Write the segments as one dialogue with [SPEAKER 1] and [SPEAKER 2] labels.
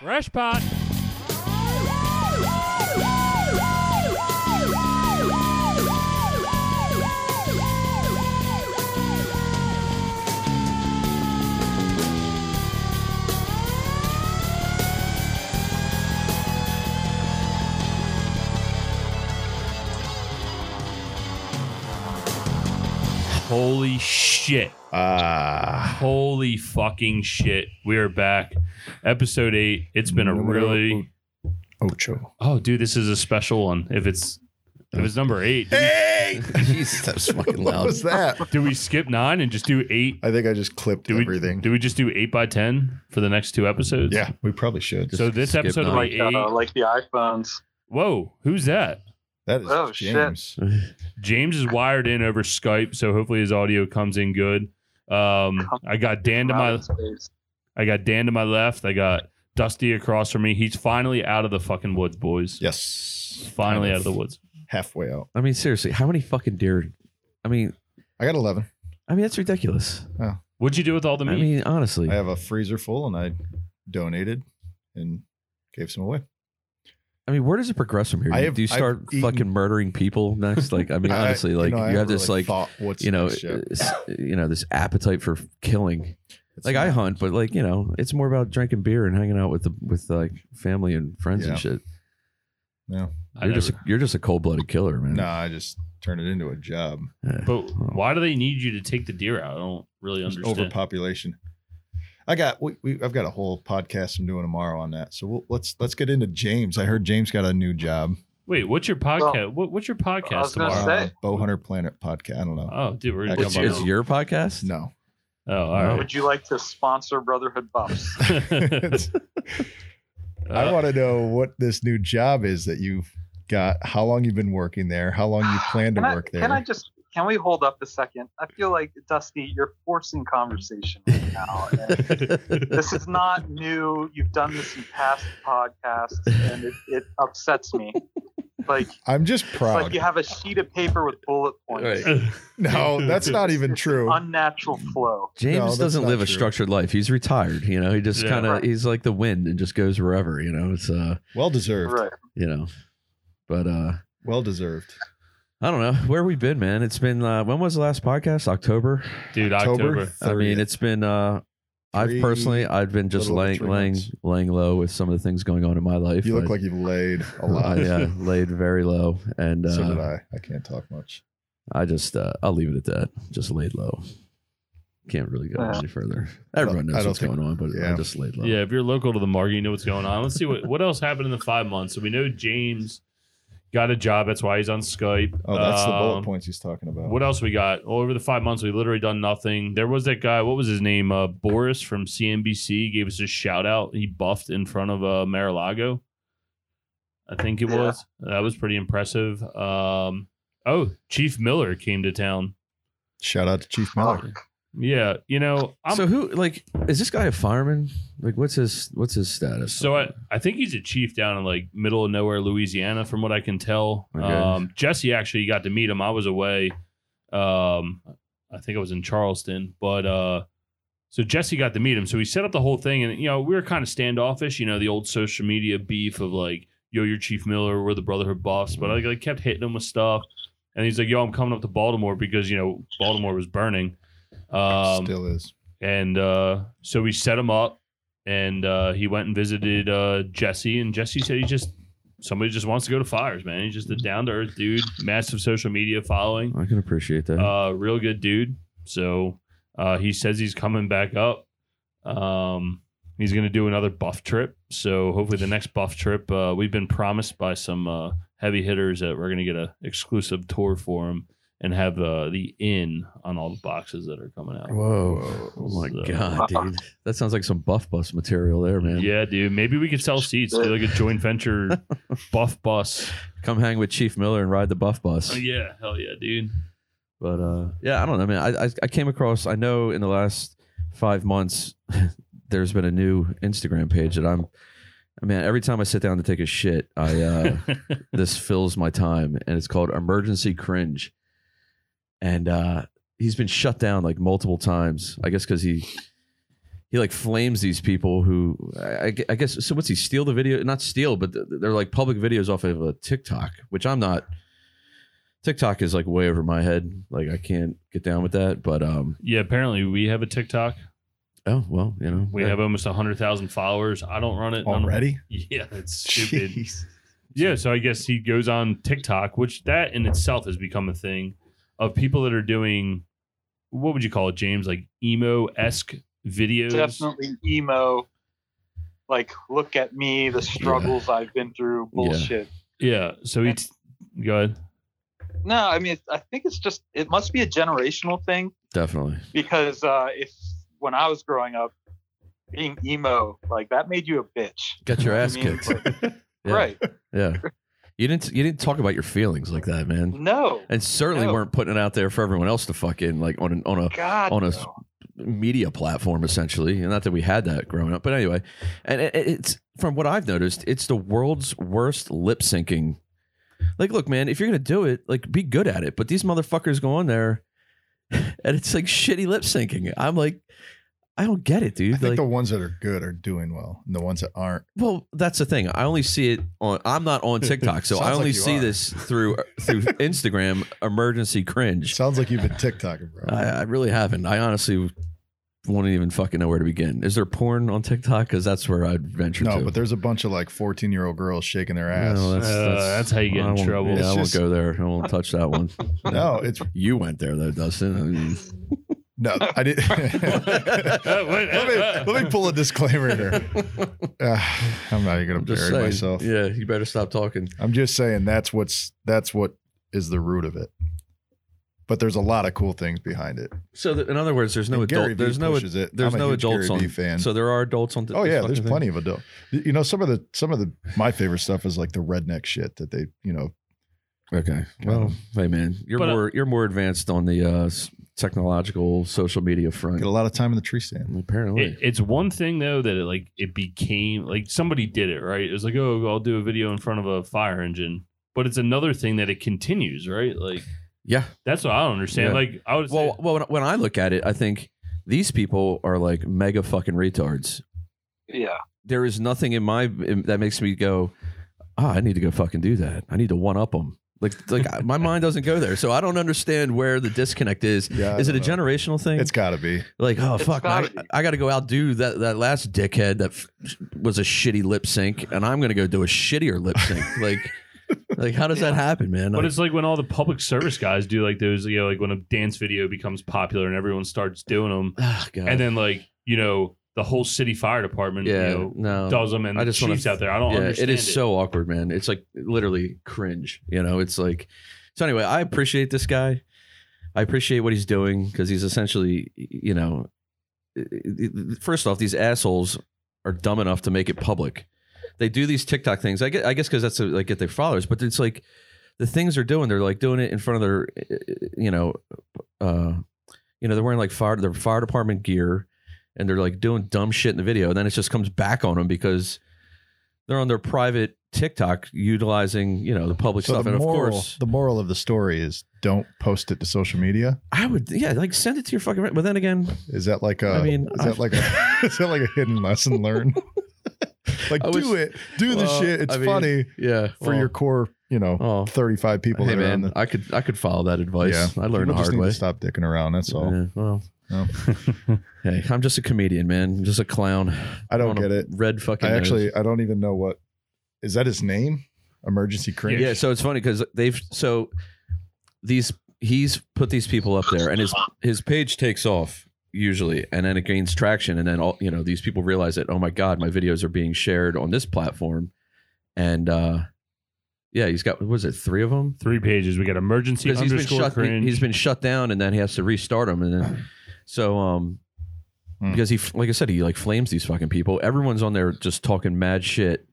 [SPEAKER 1] Fresh pot. Holy shit.
[SPEAKER 2] Ah,
[SPEAKER 1] Holy fucking shit. We are back. Episode 8. It's been a really
[SPEAKER 2] Ocho.
[SPEAKER 1] Oh, dude, this is a special one. If it's if it's number 8. Did we-
[SPEAKER 2] Hey,
[SPEAKER 3] Jesus, that was fucking
[SPEAKER 2] what
[SPEAKER 3] loud.
[SPEAKER 2] was that?
[SPEAKER 1] Did we skip 9 and just do 8?
[SPEAKER 2] I think I just clipped
[SPEAKER 1] Do we
[SPEAKER 2] everything.
[SPEAKER 1] do we just do 8 by 10 for the next two episodes?
[SPEAKER 2] yeah, we probably should.
[SPEAKER 1] So this
[SPEAKER 3] skip
[SPEAKER 1] episode will
[SPEAKER 3] nine.
[SPEAKER 4] like
[SPEAKER 1] be 8.
[SPEAKER 4] uh, like the iPhones.
[SPEAKER 1] Whoa, who's that?
[SPEAKER 2] that is
[SPEAKER 4] Oh, shit.
[SPEAKER 2] James.
[SPEAKER 1] James is wired in over Skype, so hopefully his audio comes in good. Um, I got Dan to my I got Dan to my left. I got Dusty across from me. He's finally out of the fucking woods, boys.
[SPEAKER 2] Yes,
[SPEAKER 1] Finally
[SPEAKER 3] Kind
[SPEAKER 1] out of the woods.
[SPEAKER 2] halfway out.
[SPEAKER 3] I mean, seriously, how many fucking deer? I mean,
[SPEAKER 2] I got eleven.
[SPEAKER 3] I mean that's ridiculous.
[SPEAKER 1] What'd you do with all the
[SPEAKER 3] I
[SPEAKER 1] meat?
[SPEAKER 3] mean, honestly,
[SPEAKER 2] I have a freezer full, and I donated and gave some away.
[SPEAKER 3] I mean, where does it progress from here?
[SPEAKER 2] I
[SPEAKER 3] You-
[SPEAKER 2] have-
[SPEAKER 3] do you
[SPEAKER 2] I've
[SPEAKER 3] start
[SPEAKER 2] eaten-
[SPEAKER 3] fucking murdering people next? Like, I mean,
[SPEAKER 2] I-
[SPEAKER 3] honestly,
[SPEAKER 2] you
[SPEAKER 3] like
[SPEAKER 2] know, I
[SPEAKER 3] you have
[SPEAKER 2] haven't
[SPEAKER 3] this
[SPEAKER 2] really
[SPEAKER 3] like
[SPEAKER 2] thought what's
[SPEAKER 3] you know,
[SPEAKER 2] next yet.
[SPEAKER 3] s- you know this appetite for killing.
[SPEAKER 2] It's
[SPEAKER 3] Like I
[SPEAKER 2] not-
[SPEAKER 3] hunt, but like you know, it's more about drinking beer and hanging out with the with like family and friends
[SPEAKER 2] Yeah.
[SPEAKER 3] and shit.
[SPEAKER 2] No,
[SPEAKER 1] I
[SPEAKER 3] You're just a,
[SPEAKER 1] never-
[SPEAKER 3] you're just a cold blooded killer, man.
[SPEAKER 2] no, I just turned it into a job.
[SPEAKER 3] Yeah.
[SPEAKER 1] but why do they need you to take the deer out? I don't really
[SPEAKER 2] Just
[SPEAKER 1] understand.
[SPEAKER 2] overpopulation. I got we, we I've got a whole podcast I'm doing tomorrow on that. So we'll, let's let's get into James. I heard James got a new job.
[SPEAKER 1] Wait, what's your podcast?
[SPEAKER 4] Well,
[SPEAKER 1] what, what's your
[SPEAKER 4] I
[SPEAKER 1] podcast
[SPEAKER 4] was gonna
[SPEAKER 1] tomorrow?
[SPEAKER 4] say-
[SPEAKER 2] Uh, Bowhunter Planet podcast. I don't know.
[SPEAKER 1] Oh, dude, we're gonna
[SPEAKER 3] it's,
[SPEAKER 1] come
[SPEAKER 2] Actually,
[SPEAKER 3] it's
[SPEAKER 1] up.
[SPEAKER 3] your podcast.
[SPEAKER 2] No,
[SPEAKER 1] Oh, all right.
[SPEAKER 4] Would you like to sponsor Brotherhood Buffs?
[SPEAKER 2] I
[SPEAKER 1] Uh,
[SPEAKER 2] want to know what this new job is that you've got. How long you've been working there? How long you plan to
[SPEAKER 4] Can I,
[SPEAKER 2] work there?
[SPEAKER 4] can I just can we hold up a second? I feel like Dusty, you're forcing conversation right now. and this is not new. You've done this in past podcasts, and it, it upsets me. Like
[SPEAKER 2] am just
[SPEAKER 4] it's
[SPEAKER 2] proud.
[SPEAKER 4] like you have a sheet of paper with bullet points.
[SPEAKER 3] Right.
[SPEAKER 2] no, that's not even
[SPEAKER 4] It's an
[SPEAKER 2] true.
[SPEAKER 4] Unnatural flow.
[SPEAKER 3] James
[SPEAKER 2] No, that's
[SPEAKER 3] doesn't
[SPEAKER 2] not
[SPEAKER 3] live a
[SPEAKER 2] true.
[SPEAKER 3] structured life. He's retired. You know, he just
[SPEAKER 1] Yeah.
[SPEAKER 3] kind of
[SPEAKER 4] Right.
[SPEAKER 3] he's like the wind and just goes wherever. You know, it's uh,
[SPEAKER 2] Well deserved.
[SPEAKER 4] Right.
[SPEAKER 3] you know, but uh,
[SPEAKER 2] Well deserved.
[SPEAKER 3] I don't know where we been, man. It's been uh, when was the last podcast? October.
[SPEAKER 1] dude, October.
[SPEAKER 3] I mean, it's been. uh
[SPEAKER 2] Three-
[SPEAKER 3] I've personally, I've been just
[SPEAKER 2] little over
[SPEAKER 3] laying,
[SPEAKER 2] three
[SPEAKER 3] laying,
[SPEAKER 2] months.
[SPEAKER 3] laying low with some of the things going on in my life.
[SPEAKER 2] you look
[SPEAKER 3] I-
[SPEAKER 2] like you've laid a
[SPEAKER 3] I,
[SPEAKER 2] lot.
[SPEAKER 3] yeah, laid very low, and uh,
[SPEAKER 2] So did I. I can't talk much.
[SPEAKER 3] I just, uh, I'll leave it at that. Just laid low. Can't really go
[SPEAKER 4] Yeah.
[SPEAKER 3] any further.
[SPEAKER 2] don't-
[SPEAKER 3] Everyone
[SPEAKER 2] I
[SPEAKER 3] knows
[SPEAKER 2] don't
[SPEAKER 3] what's
[SPEAKER 2] think-
[SPEAKER 3] going on, but
[SPEAKER 2] yeah.
[SPEAKER 3] I just laid low.
[SPEAKER 1] Yeah, if you're local to the market, you know what's going on. Let's see what, what else happened in the five months. So we know James got a job. That's why he's on Skype.
[SPEAKER 2] Oh, that's the
[SPEAKER 1] Um,
[SPEAKER 2] bullet points he's talking about.
[SPEAKER 1] What else we got? Well, over the five months, we literally done nothing. There was that guy. What was his name? Uh, Boris from CNBC gave us a shout out. He buffed in front of uh, Mar-a-Lago. I think it
[SPEAKER 4] Yeah.
[SPEAKER 1] was. That was pretty impressive. Um, oh, Chief Miller came to town.
[SPEAKER 2] Shout out to Chief
[SPEAKER 4] Oh,
[SPEAKER 2] Miller.
[SPEAKER 1] Yeah, you know, I'm,
[SPEAKER 3] so who like is this guy a fireman? Like what's his what's his status?
[SPEAKER 1] So I, I think he's a chief down in like middle of nowhere, Louisiana, from what I can tell.
[SPEAKER 3] Okay.
[SPEAKER 1] Um, Jesse actually got to meet him. I was away. Um, I think I was in Charleston, but uh, so Jesse got to meet him. So we set up the whole thing, and you know we were kind of standoffish. You know the old social media beef of like, yo, you're Chief Miller, we're the Brotherhood Buffs, but I like, kept hitting him with stuff, and he's like, yo, I'm coming up to Baltimore because you know Baltimore was burning. Um,
[SPEAKER 2] Still is.
[SPEAKER 1] and uh, so we set him up, and uh, he went and visited uh, Jesse, and Jesse said he just somebody just wants to go to fires, man. He's just a down to earth dude, massive social media following,
[SPEAKER 3] I can appreciate that.
[SPEAKER 1] uh, real good dude. So uh, he says he's coming back up. Um, he's going to do another buff trip. So hopefully the next buff trip, uh, we've been promised by some uh, heavy hitters that we're going to get a exclusive tour for him. And have uh, the in on all the boxes that are coming out.
[SPEAKER 3] Whoa. Oh my
[SPEAKER 1] So-
[SPEAKER 3] god, dude. That sounds like some buff bus material there, man.
[SPEAKER 1] Yeah, dude. Maybe we could sell seats. Do like a joint venture buff bus.
[SPEAKER 3] Come hang with Chief Miller and ride the buff bus.
[SPEAKER 1] Oh yeah, hell yeah, dude.
[SPEAKER 3] But uh yeah, I don't know, man. I, I I came across I know in the last five months there's been a new Instagram page that I'm man, every time I sit down to take a shit, I uh this fills my time and it's called Emergency Cringe. and uh, he's been shut down like multiple times. I guess because he he like flames these people who I, I gue- I guess so. What's he steal the video? Not steal, but th- they're like public videos off of a TikTok, which I'm not. TikTok is like way over my head. Like I can't get down with that. But um,
[SPEAKER 1] Yeah, apparently we have a TikTok.
[SPEAKER 3] oh well, you know
[SPEAKER 1] We
[SPEAKER 3] that-
[SPEAKER 1] have almost 100,000 followers. I don't run it. I don't-
[SPEAKER 2] already.
[SPEAKER 1] Yeah, that's stupid.
[SPEAKER 2] Jeez.
[SPEAKER 1] Yeah, so I guess he goes on TikTok, which that in itself has become a thing of people that are doing what would you call it, James? Like emo esque videos.
[SPEAKER 4] Definitely emo. Like, look at me, the struggles I've been through, bullshit.
[SPEAKER 1] Yeah. So he go ahead.
[SPEAKER 4] No, I mean, I think it's just it must be a generational thing
[SPEAKER 3] definitely.
[SPEAKER 4] because uh, if when I was growing up, being emo like that made you a bitch,
[SPEAKER 3] Got your
[SPEAKER 4] I
[SPEAKER 3] ass
[SPEAKER 4] mean,
[SPEAKER 3] kicked. Yeah,
[SPEAKER 4] right?
[SPEAKER 3] Yeah. You didn't you didn't talk about your feelings like that, man.
[SPEAKER 4] No,
[SPEAKER 3] And certainly
[SPEAKER 4] No.
[SPEAKER 3] weren't putting it out there for everyone else to fucking like on an, on a
[SPEAKER 4] God,
[SPEAKER 3] on a-
[SPEAKER 4] no.
[SPEAKER 3] media platform essentially. And not that we had that growing up, but anyway. And it, it's from what I've noticed, it's the world's worst lip syncing. Like, look, man, if you're gonna do it, like, be good at it. But these motherfuckers go on there, and it's like shitty lip syncing. I'm like, I don't get it, dude.
[SPEAKER 2] I think
[SPEAKER 3] like,
[SPEAKER 2] the ones that are good are doing well, and the ones that aren't.
[SPEAKER 3] Well, that's the thing. I only see it on. I'm not on TikTok, so I
[SPEAKER 2] Sounds
[SPEAKER 3] only
[SPEAKER 2] like you
[SPEAKER 3] see
[SPEAKER 2] are.
[SPEAKER 3] this through through Instagram emergency cringe.
[SPEAKER 2] Sounds like you've been TikToking, bro.
[SPEAKER 3] I, I really haven't. I honestly wouldn't even fucking know where to begin. Is there porn on TikTok? Because that's where I'd venture
[SPEAKER 2] no,
[SPEAKER 3] to.
[SPEAKER 2] but there's a bunch of like 14 year old girls shaking their ass.
[SPEAKER 3] No,
[SPEAKER 2] No,
[SPEAKER 3] that's,
[SPEAKER 1] Uh, that's how you get
[SPEAKER 3] I
[SPEAKER 1] in
[SPEAKER 3] won't-
[SPEAKER 1] trouble.
[SPEAKER 3] Yeah,
[SPEAKER 2] It's
[SPEAKER 3] I won't
[SPEAKER 2] just-
[SPEAKER 3] go there. I won't touch that one.
[SPEAKER 2] it's
[SPEAKER 3] you went there though, Dustin. I mean,
[SPEAKER 2] no. I didn't. let, me, let me pull a disclaimer here. Uh, I'm not even gonna
[SPEAKER 3] I'm
[SPEAKER 2] bury
[SPEAKER 3] just saying.
[SPEAKER 2] myself.
[SPEAKER 3] Yeah, you better stop talking.
[SPEAKER 2] I'm just saying that's what's that's what is the root of it. But there's a lot of cool things behind it.
[SPEAKER 3] So, th- in other words, there's no
[SPEAKER 2] And Gary
[SPEAKER 3] adult.
[SPEAKER 2] Vee
[SPEAKER 3] There's no.
[SPEAKER 2] pushes it.
[SPEAKER 3] There's
[SPEAKER 2] I'm a
[SPEAKER 3] no
[SPEAKER 2] huge
[SPEAKER 3] adults
[SPEAKER 2] Gary Vee
[SPEAKER 3] on.
[SPEAKER 2] fan.
[SPEAKER 3] So there are adults on. th-
[SPEAKER 2] oh
[SPEAKER 3] this
[SPEAKER 2] yeah,
[SPEAKER 3] fucking
[SPEAKER 2] there's
[SPEAKER 3] thing?
[SPEAKER 2] plenty of adult. You know, some of the some of the my favorite stuff is like the redneck shit that they you know
[SPEAKER 3] Okay.
[SPEAKER 2] Well,
[SPEAKER 3] Well, hey man, you're
[SPEAKER 1] But, uh,
[SPEAKER 3] more you're more advanced on the uh, s- technological social media front.
[SPEAKER 2] get a lot of time in the tree stand.
[SPEAKER 3] Apparently,
[SPEAKER 1] It, it's one thing though that it like it became like somebody did it right. It was like oh I'll do a video in front of a fire engine, but it's another thing that it continues right. Like
[SPEAKER 3] yeah.
[SPEAKER 1] that's what I don't understand.
[SPEAKER 3] Yeah.
[SPEAKER 1] Like I would say,
[SPEAKER 3] Well, well, when- when I look at it, I think these people are like mega fucking retards.
[SPEAKER 4] yeah,
[SPEAKER 3] There is nothing in my in, that makes me go, ah, I need to go fucking do that. I need to one up them. Like, like I- my mind doesn't go there, so I don't understand where the disconnect is.
[SPEAKER 2] Yeah, I
[SPEAKER 3] Is it
[SPEAKER 2] don't
[SPEAKER 3] a
[SPEAKER 2] know.
[SPEAKER 3] generational thing?
[SPEAKER 2] It's got to be.
[SPEAKER 3] Like, oh
[SPEAKER 4] It's
[SPEAKER 3] fuck, I,
[SPEAKER 4] gotta be.
[SPEAKER 3] I got to go outdo that that last dickhead that f- was a shitty lip sync, and I'm gonna go do a shittier lip sync. like, like how does that happen, man?
[SPEAKER 1] But
[SPEAKER 3] Like,
[SPEAKER 1] it's like when all the public service guys do like those, you know, like when a dance video becomes popular and everyone starts doing them,
[SPEAKER 3] ah, God.
[SPEAKER 1] and then like you know the whole city fire department,
[SPEAKER 3] yeah,
[SPEAKER 1] you know,
[SPEAKER 3] no,
[SPEAKER 1] does them, and
[SPEAKER 3] I
[SPEAKER 1] the
[SPEAKER 3] just wanna-
[SPEAKER 1] chiefs out there. I don't
[SPEAKER 3] yeah, it
[SPEAKER 1] understand.
[SPEAKER 3] is so awkward, man. It's like literally cringe. You know, it's like so. Anyway, I appreciate this guy. I appreciate what he's doing because he's essentially, you know, first off, these assholes are dumb enough to make it public. They do these TikTok things. I get, I guess, because that's uh, like get their followers. But it's like the things they're doing. They're like doing it in front of their, eh, you know, uh, you know, they're wearing like fire their fire department gear, and they're like doing dumb shit in the video. And then it just comes back on them because they're on their private TikTok utilizing, you know, the public
[SPEAKER 2] So
[SPEAKER 3] stuff.
[SPEAKER 2] the
[SPEAKER 3] and
[SPEAKER 2] moral,
[SPEAKER 3] of course,
[SPEAKER 2] the moral of the story is don't post it to social media.
[SPEAKER 3] I would, yeah, like send it to your fucking. But then again,
[SPEAKER 2] Is that like a?
[SPEAKER 3] I mean,
[SPEAKER 2] is that
[SPEAKER 3] I've-
[SPEAKER 2] like a? is that like a hidden lesson learned? like
[SPEAKER 3] I
[SPEAKER 2] do
[SPEAKER 3] wish-
[SPEAKER 2] it, do the
[SPEAKER 3] Well,
[SPEAKER 2] shit. It's
[SPEAKER 3] I mean,
[SPEAKER 2] funny
[SPEAKER 3] yeah,
[SPEAKER 2] for
[SPEAKER 3] well,
[SPEAKER 2] your core. You know,
[SPEAKER 3] Oh.
[SPEAKER 2] 35 people
[SPEAKER 3] Hey
[SPEAKER 2] that are on
[SPEAKER 3] man,
[SPEAKER 2] the.
[SPEAKER 3] I could I could follow that advice. I
[SPEAKER 2] People
[SPEAKER 3] learned the
[SPEAKER 2] just
[SPEAKER 3] hard
[SPEAKER 2] need
[SPEAKER 3] way.
[SPEAKER 2] To stop dicking around. That's all.
[SPEAKER 3] Yeah, well,
[SPEAKER 2] No.
[SPEAKER 3] hey, I'm just a comedian, man. I'm just a clown.
[SPEAKER 2] I don't
[SPEAKER 3] On a
[SPEAKER 2] get it.
[SPEAKER 3] Red fucking.
[SPEAKER 2] I
[SPEAKER 3] nose.
[SPEAKER 2] actually, I don't even know what is that his name? Emergency cringe.
[SPEAKER 3] Yeah, so it's funny because they've so these he's put these people up there, and his his page takes off usually, and then it gains traction, and then all you know these people realize that oh my god, my videos are being shared on this platform, and uh yeah, he's got what was it three of them
[SPEAKER 1] Three pages. We got emergency
[SPEAKER 3] because he's been
[SPEAKER 1] underscore
[SPEAKER 3] shut
[SPEAKER 1] cringe.
[SPEAKER 3] he's been shut down, and then he has to restart them, and then so um.
[SPEAKER 2] Hmm.
[SPEAKER 3] Because he, f- like I said, he like flames these fucking people. Everyone's on there just talking mad shit,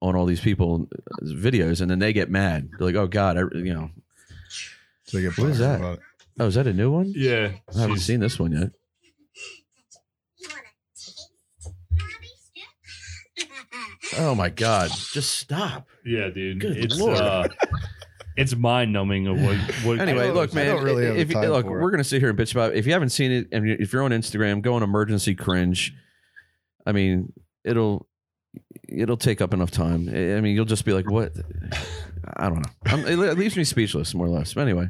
[SPEAKER 3] on all these people uh, videos and then they get mad they're like oh god I, you know
[SPEAKER 2] So you get
[SPEAKER 3] What is
[SPEAKER 2] black
[SPEAKER 3] that?
[SPEAKER 2] about it.
[SPEAKER 3] oh is that a new one
[SPEAKER 1] yeah.
[SPEAKER 3] i haven't
[SPEAKER 1] She's-
[SPEAKER 3] seen this one yet oh my god just stop Oh,
[SPEAKER 1] Yeah, dude.
[SPEAKER 3] Good
[SPEAKER 1] it's
[SPEAKER 3] lord.
[SPEAKER 1] uh it's mind numbing of what. what
[SPEAKER 3] Anyway,
[SPEAKER 2] don't-
[SPEAKER 3] look,
[SPEAKER 2] I
[SPEAKER 3] man.
[SPEAKER 2] don't really have
[SPEAKER 3] if,
[SPEAKER 2] the time
[SPEAKER 3] look,
[SPEAKER 2] for it.
[SPEAKER 3] we're gonna sit here and bitch about. It. If you haven't seen it, and you- if you're on Instagram, go on emergency cringe. I mean, it'll it'll take up enough time. I I mean, you'll just be like, what? I don't know. I'm, it le- it leaves me speechless, more or less. But anyway,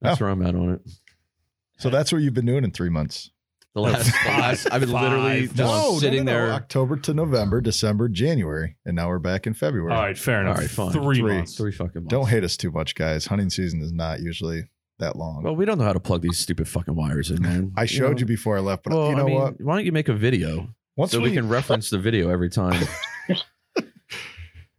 [SPEAKER 3] that's
[SPEAKER 2] Oh.
[SPEAKER 3] where I'm at on it.
[SPEAKER 2] So that's what you've been doing in three months.
[SPEAKER 3] The last, the last I've been
[SPEAKER 1] Five.
[SPEAKER 3] literally just
[SPEAKER 1] No, no,
[SPEAKER 3] sitting there.
[SPEAKER 2] October to November, December, January, and now we're back in February.
[SPEAKER 1] all right, fair enough.
[SPEAKER 3] All right, fine.
[SPEAKER 1] Three,
[SPEAKER 2] Three.
[SPEAKER 1] months.
[SPEAKER 3] Three fucking months.
[SPEAKER 2] Don't hate us too much, guys. Hunting season is not usually that long.
[SPEAKER 3] Well, we don't know how to plug these stupid fucking wires in, man.
[SPEAKER 2] I showed you,
[SPEAKER 3] know?
[SPEAKER 2] before I left, but
[SPEAKER 3] well,
[SPEAKER 2] you know
[SPEAKER 3] I mean,
[SPEAKER 2] what?
[SPEAKER 3] Why don't you make a video
[SPEAKER 2] Once
[SPEAKER 3] so we, can reference the video every time?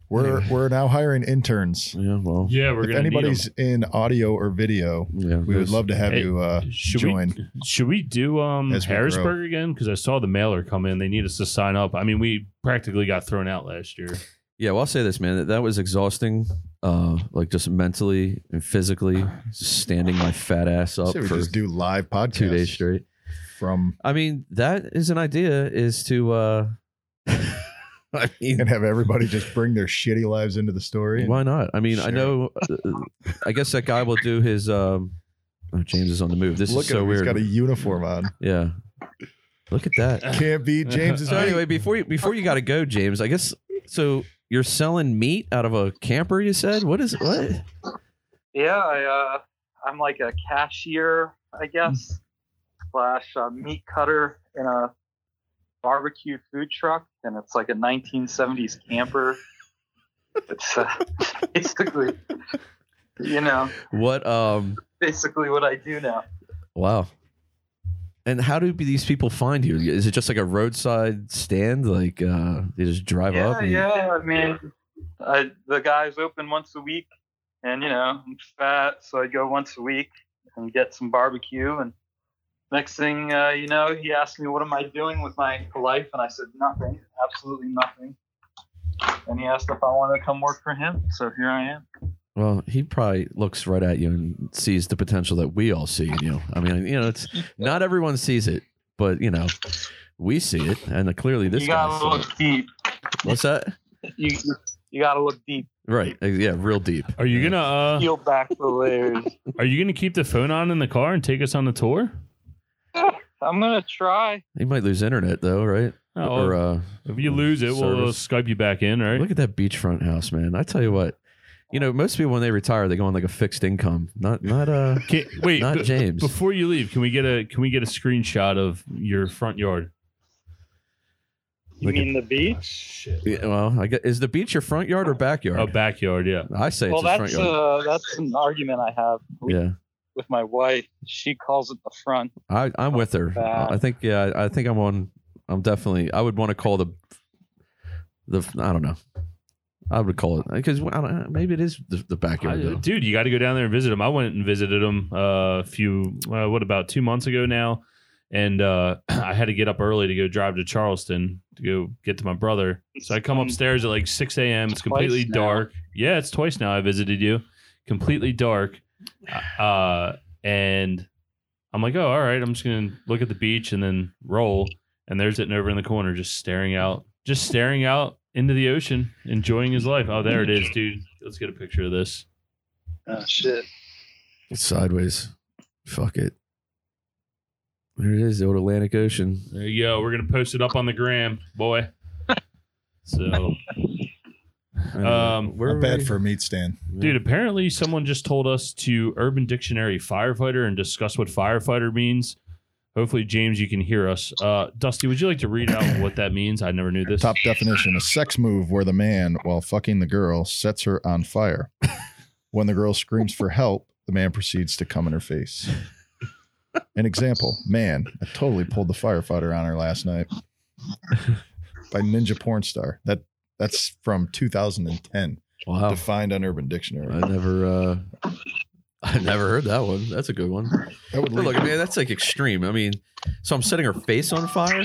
[SPEAKER 2] we're we're now hiring interns.
[SPEAKER 3] yeah, well,
[SPEAKER 1] Yeah, we're
[SPEAKER 2] if
[SPEAKER 1] gonna
[SPEAKER 2] anybody's
[SPEAKER 1] need
[SPEAKER 2] in audio or video,
[SPEAKER 3] yeah.
[SPEAKER 2] we would love to have
[SPEAKER 1] Hey,
[SPEAKER 2] you uh,
[SPEAKER 1] 'em. Should
[SPEAKER 2] join.
[SPEAKER 1] we should we do um
[SPEAKER 2] As we grow.
[SPEAKER 1] Harrisburg again? Because I saw the mailer come in. They need us to sign up. I mean, we practically got thrown out last year.
[SPEAKER 3] Yeah, well, I'll say this, man. That, that was exhausting, uh, like just mentally and physically, just standing my fat ass up
[SPEAKER 2] Say we
[SPEAKER 3] for
[SPEAKER 2] just do live podcasts
[SPEAKER 3] two days straight.
[SPEAKER 2] from
[SPEAKER 3] I mean, that is an idea. Is to, uh, I mean,
[SPEAKER 2] and have everybody just bring their shitty lives into the story.
[SPEAKER 3] why not? I mean, I
[SPEAKER 2] Sure.
[SPEAKER 3] know. Uh, I guess that guy will do his. Um, oh, James is on the move. This
[SPEAKER 2] Look
[SPEAKER 3] is
[SPEAKER 2] at
[SPEAKER 3] so
[SPEAKER 2] him,
[SPEAKER 3] weird.
[SPEAKER 2] He's got a uniform on.
[SPEAKER 3] yeah, look at that.
[SPEAKER 2] Can't beat James is
[SPEAKER 3] So anyway, before you before you got to go, James, I guess so. You're selling meat out of a camper. You said what is what?
[SPEAKER 4] Yeah, I, uh, I'm like a cashier, I guess, slash uh, meat cutter in a barbecue food truck, and it's like a 1970s camper. It's uh, basically, you know,
[SPEAKER 3] What? Um.
[SPEAKER 4] basically what I do now.
[SPEAKER 3] Wow. And how do these people find you? Is it just like a roadside stand? Like uh, they just drive
[SPEAKER 4] Yeah,
[SPEAKER 3] up? and-
[SPEAKER 4] yeah. I mean, I, the guy's open once a week, and you know, I'm fat, so I go once a week and get some barbecue. And next thing uh, you know, he asked me, "What am I doing with my life?" And I said, "Nothing, absolutely nothing." And he asked if I wanted to come work for him, so here I am.
[SPEAKER 3] Well, he probably looks right at you and sees the potential that we all see in you. I mean, you know, it's not everyone sees it, but you know, we see it, and uh, clearly this
[SPEAKER 4] you
[SPEAKER 3] guy.
[SPEAKER 4] gotta
[SPEAKER 3] saw
[SPEAKER 4] look deep.
[SPEAKER 3] it. What's that?
[SPEAKER 4] You you gotta look deep.
[SPEAKER 3] Right? uh, Yeah, real deep.
[SPEAKER 1] Are you
[SPEAKER 3] Yeah.
[SPEAKER 1] gonna uh,
[SPEAKER 4] Peel back the layers.
[SPEAKER 1] Are you gonna keep the phone on in the car and take us on the tour?
[SPEAKER 4] I'm gonna try.
[SPEAKER 3] He might lose internet though, right?
[SPEAKER 1] Oh,
[SPEAKER 3] or uh,
[SPEAKER 1] if you lose it, we'll uh,
[SPEAKER 3] service.
[SPEAKER 1] Skype you back in, right?
[SPEAKER 3] Look at that beachfront house, man. I tell you what, you know, most people when they retire, they go on like a fixed income. Not not uh
[SPEAKER 1] Can, wait,
[SPEAKER 3] not
[SPEAKER 1] b-
[SPEAKER 3] James.
[SPEAKER 1] before you leave, can we get a can we get a screenshot of your front yard?
[SPEAKER 4] You
[SPEAKER 3] Look at-
[SPEAKER 4] mean the beach?
[SPEAKER 1] Shit.
[SPEAKER 3] Yeah, well, I guess, is the beach your front yard or backyard?
[SPEAKER 1] Oh, backyard, yeah.
[SPEAKER 3] I say
[SPEAKER 4] Well, that's
[SPEAKER 3] it's his front yard.
[SPEAKER 4] uh, that's an argument I have. with
[SPEAKER 3] yeah,
[SPEAKER 4] with my wife. She calls it the front.
[SPEAKER 3] I, I'm with her.
[SPEAKER 4] Bad.
[SPEAKER 3] I think yeah, I think I'm on. I'm definitely. I would want to call the the. I don't know. I would call it because I don't, maybe it is the, the backyard.
[SPEAKER 1] I-
[SPEAKER 3] though.
[SPEAKER 1] dude, you got to go down there and visit him. I went and visited him uh, a few, uh, what about two months ago now, and uh, I had to get up early to go drive to Charleston to go get to my brother. So I
[SPEAKER 5] Mm.
[SPEAKER 1] come
[SPEAKER 4] Um,
[SPEAKER 1] upstairs at like six a.m.
[SPEAKER 4] twice
[SPEAKER 1] It's completely
[SPEAKER 4] now.
[SPEAKER 1] dark. Yeah, it's twice now I visited you. Completely dark, uh, and I'm like, oh, all right. I'm just gonna look at the beach and then roll. And there's it over in the corner, just staring out, just staring out into the ocean, enjoying his life. Oh, there it is, dude. Let's get a picture of this.
[SPEAKER 4] Oh shit!
[SPEAKER 1] uh,
[SPEAKER 3] It's sideways. Fuck it. There it is, the old Atlantic Ocean.
[SPEAKER 1] There you go. We're gonna post it up on the gram, boy. So, Um,
[SPEAKER 3] where
[SPEAKER 2] Not
[SPEAKER 3] were we?
[SPEAKER 2] bad for a meat stand.
[SPEAKER 1] dude, apparently someone just told us to Urban Dictionary firefighter and discuss what firefighter means. Hopefully, James, you can hear us. Uh, Dusty, would you like to read out what that means? I never knew this.
[SPEAKER 2] Top definition: a sex move where the man, while fucking the girl, sets her on fire. when the girl screams for help, the man proceeds to come in her face. An example: man, I totally pulled the firefighter on her last night by Ninja Porn Star. That that's from 2010,
[SPEAKER 3] Wow.
[SPEAKER 2] defined on Urban Dictionary.
[SPEAKER 3] I never uh I never heard that one. That's a good one.
[SPEAKER 2] That would
[SPEAKER 3] But look,
[SPEAKER 2] lead-
[SPEAKER 3] I mean, that's like extreme. I mean, so I'm setting her face on fire.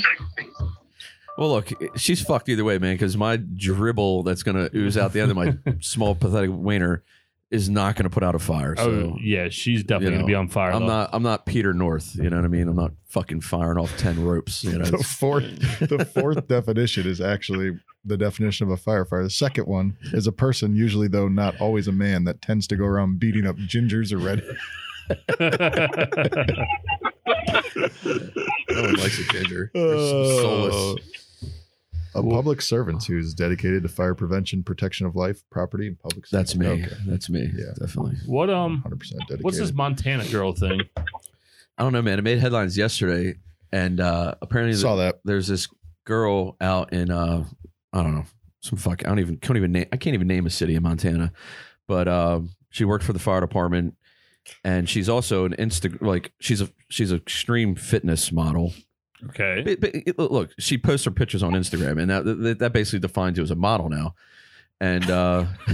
[SPEAKER 3] Well, look, she's fucked either way, man, because my dribble that's gonna ooze out the end of my small pathetic wiener is not gonna put out a fire. So
[SPEAKER 1] oh yeah, she's definitely
[SPEAKER 3] you
[SPEAKER 1] gonna
[SPEAKER 3] know,
[SPEAKER 1] be on fire. though.
[SPEAKER 3] I'm not I'm not Peter North, you know what I mean? I'm not fucking firing off ten ropes, you know.
[SPEAKER 2] the fourth the fourth definition is actually the definition of a firefighter. The second one is a person, usually though not always a man, that tends to go around beating up gingers or redheads.
[SPEAKER 3] No one likes a ginger. They're so
[SPEAKER 2] Oh.
[SPEAKER 3] soulless.
[SPEAKER 2] A public servant who is dedicated to fire prevention, protection of life, property, and public.
[SPEAKER 3] That's me.
[SPEAKER 2] safety.
[SPEAKER 3] That's me.
[SPEAKER 2] Yeah.
[SPEAKER 3] Definitely.
[SPEAKER 1] what um?
[SPEAKER 2] 100% dedicated.
[SPEAKER 1] What's this Montana girl thing?
[SPEAKER 3] I don't know, man. It made headlines yesterday, and uh, apparently
[SPEAKER 2] Saw that.
[SPEAKER 3] there's this girl out in uh, I don't know, some fuck. I don't even can't even name. I can't even name a city in Montana, but um, she worked for the fire department, and she's also an insta like she's a she's an extreme fitness model.
[SPEAKER 1] Okay.
[SPEAKER 3] But, but it- look, she posts her pictures on Instagram, and that that- that basically defines you as a model now, and uh,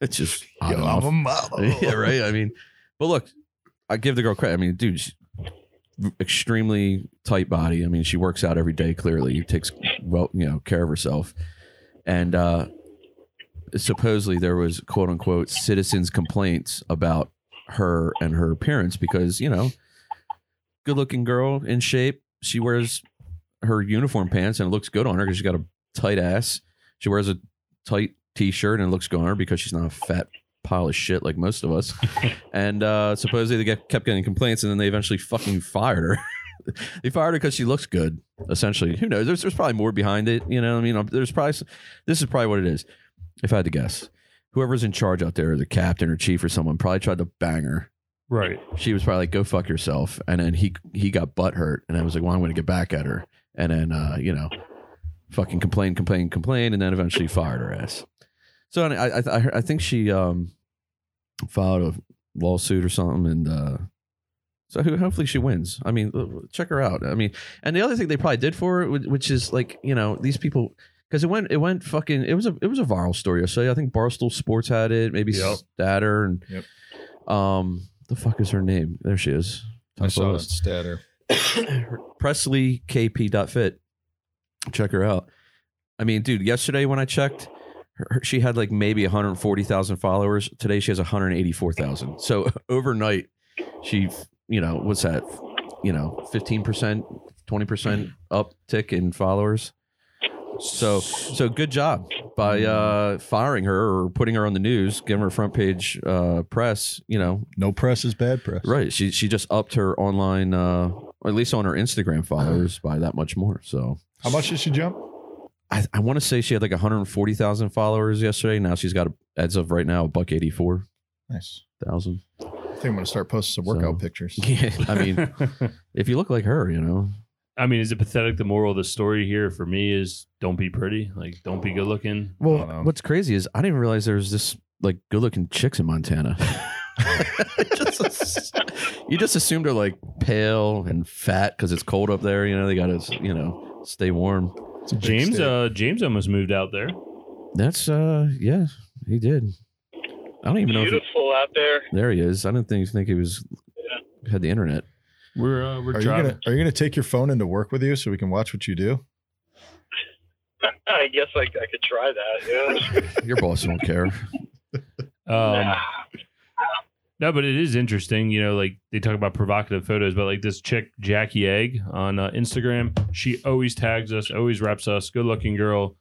[SPEAKER 3] it's just odd
[SPEAKER 2] Yo,
[SPEAKER 3] enough.
[SPEAKER 2] I'm a model.
[SPEAKER 3] yeah, right. I mean, but look, I give the girl credit. I mean, dude, she's extremely tight body. I mean, she works out every day. Clearly, takes well, you know, care of herself. And uh, supposedly there was quote unquote citizens complaints about her and her appearance because you know, good looking girl in shape. She wears her uniform pants and it looks good on her because she's got a tight ass. She wears a tight t-shirt and it looks good on her because she's not a fat pile of shit like most of us. and uh, supposedly they get, kept getting complaints, and then they eventually fucking fired her. they fired her because she looks good. Essentially, who knows? There's, there's probably more behind it. You know, what I mean, there's probably s- this is probably what it is. If I had to guess, whoever's in charge out there, the captain or chief or someone, probably tried to bang her.
[SPEAKER 1] Right.
[SPEAKER 3] She was probably like, "Go fuck yourself," and then he he got butt hurt, and I was like, "Well, I'm going to get back at her," and then uh, you know, fucking complain, complain, complain, and then eventually fired her ass. So and I I- I I think she um filed a lawsuit or something, and uh, so who- hopefully she wins. I mean, uh, check her out. I mean, and the other thing they probably did for her, wh- which is like you know these people. Because it went, it went fucking. It was a, it was a viral story. So I think Barstool Sports had it, maybe
[SPEAKER 1] Yep.
[SPEAKER 3] Statter and um, the fuck is her name? There she is.
[SPEAKER 2] I
[SPEAKER 3] Top of
[SPEAKER 2] saw
[SPEAKER 3] the
[SPEAKER 2] that statter.
[SPEAKER 3] list. Presley KP.fit. Check her out. I mean, dude, yesterday when I checked, her, her- she had like maybe 140,000 followers. Today she has 184,000. So overnight, she, you know, what's that? You know, 15%, 20% uptick in followers. So, so good job by uh, firing her or putting her on the news, giving her front page uh, press. You know,
[SPEAKER 2] No press is bad press.
[SPEAKER 3] Right. She she just upped her online, uh, or at least on her Instagram followers by that much more. So
[SPEAKER 2] How much did she jump?
[SPEAKER 3] I, I want to say she had like 140,000 followers yesterday. Now she's got, a, as of right now, a buck 84,000.
[SPEAKER 2] Nice. I think I'm going to start posting some workout
[SPEAKER 3] So-
[SPEAKER 2] pictures.
[SPEAKER 3] Yeah. I mean, if you look like her, you know,
[SPEAKER 1] I mean, is it pathetic? The moral of the story here for me is don't be pretty. Like, don't be good looking.
[SPEAKER 2] I don't know.
[SPEAKER 3] Well, what's crazy is I didn't even realize there was this like good-looking chicks in Montana. Just ass- you just assumed they're like pale and fat because it's cold up there. You know, they got to you know stay warm.
[SPEAKER 2] It's a big
[SPEAKER 1] James,
[SPEAKER 2] state.
[SPEAKER 1] uh, James almost moved out there.
[SPEAKER 3] That's uh, yeah, he did. I don't even know. If he,
[SPEAKER 5] Beautiful out there.
[SPEAKER 3] there he is. I didn't think think he was had the internet.
[SPEAKER 1] We're uh, we're
[SPEAKER 2] are you
[SPEAKER 1] driving.
[SPEAKER 2] gonna are you gonna take your phone into work with you so we can watch what you do?
[SPEAKER 5] I guess I, I could try that. Yeah.
[SPEAKER 3] Your boss don't care.
[SPEAKER 1] Um, no, but it is interesting. You know, like they talk about provocative photos, but like this chick Jackie Egg on uh, Instagram, she always tags us, always reps us. Good looking girl.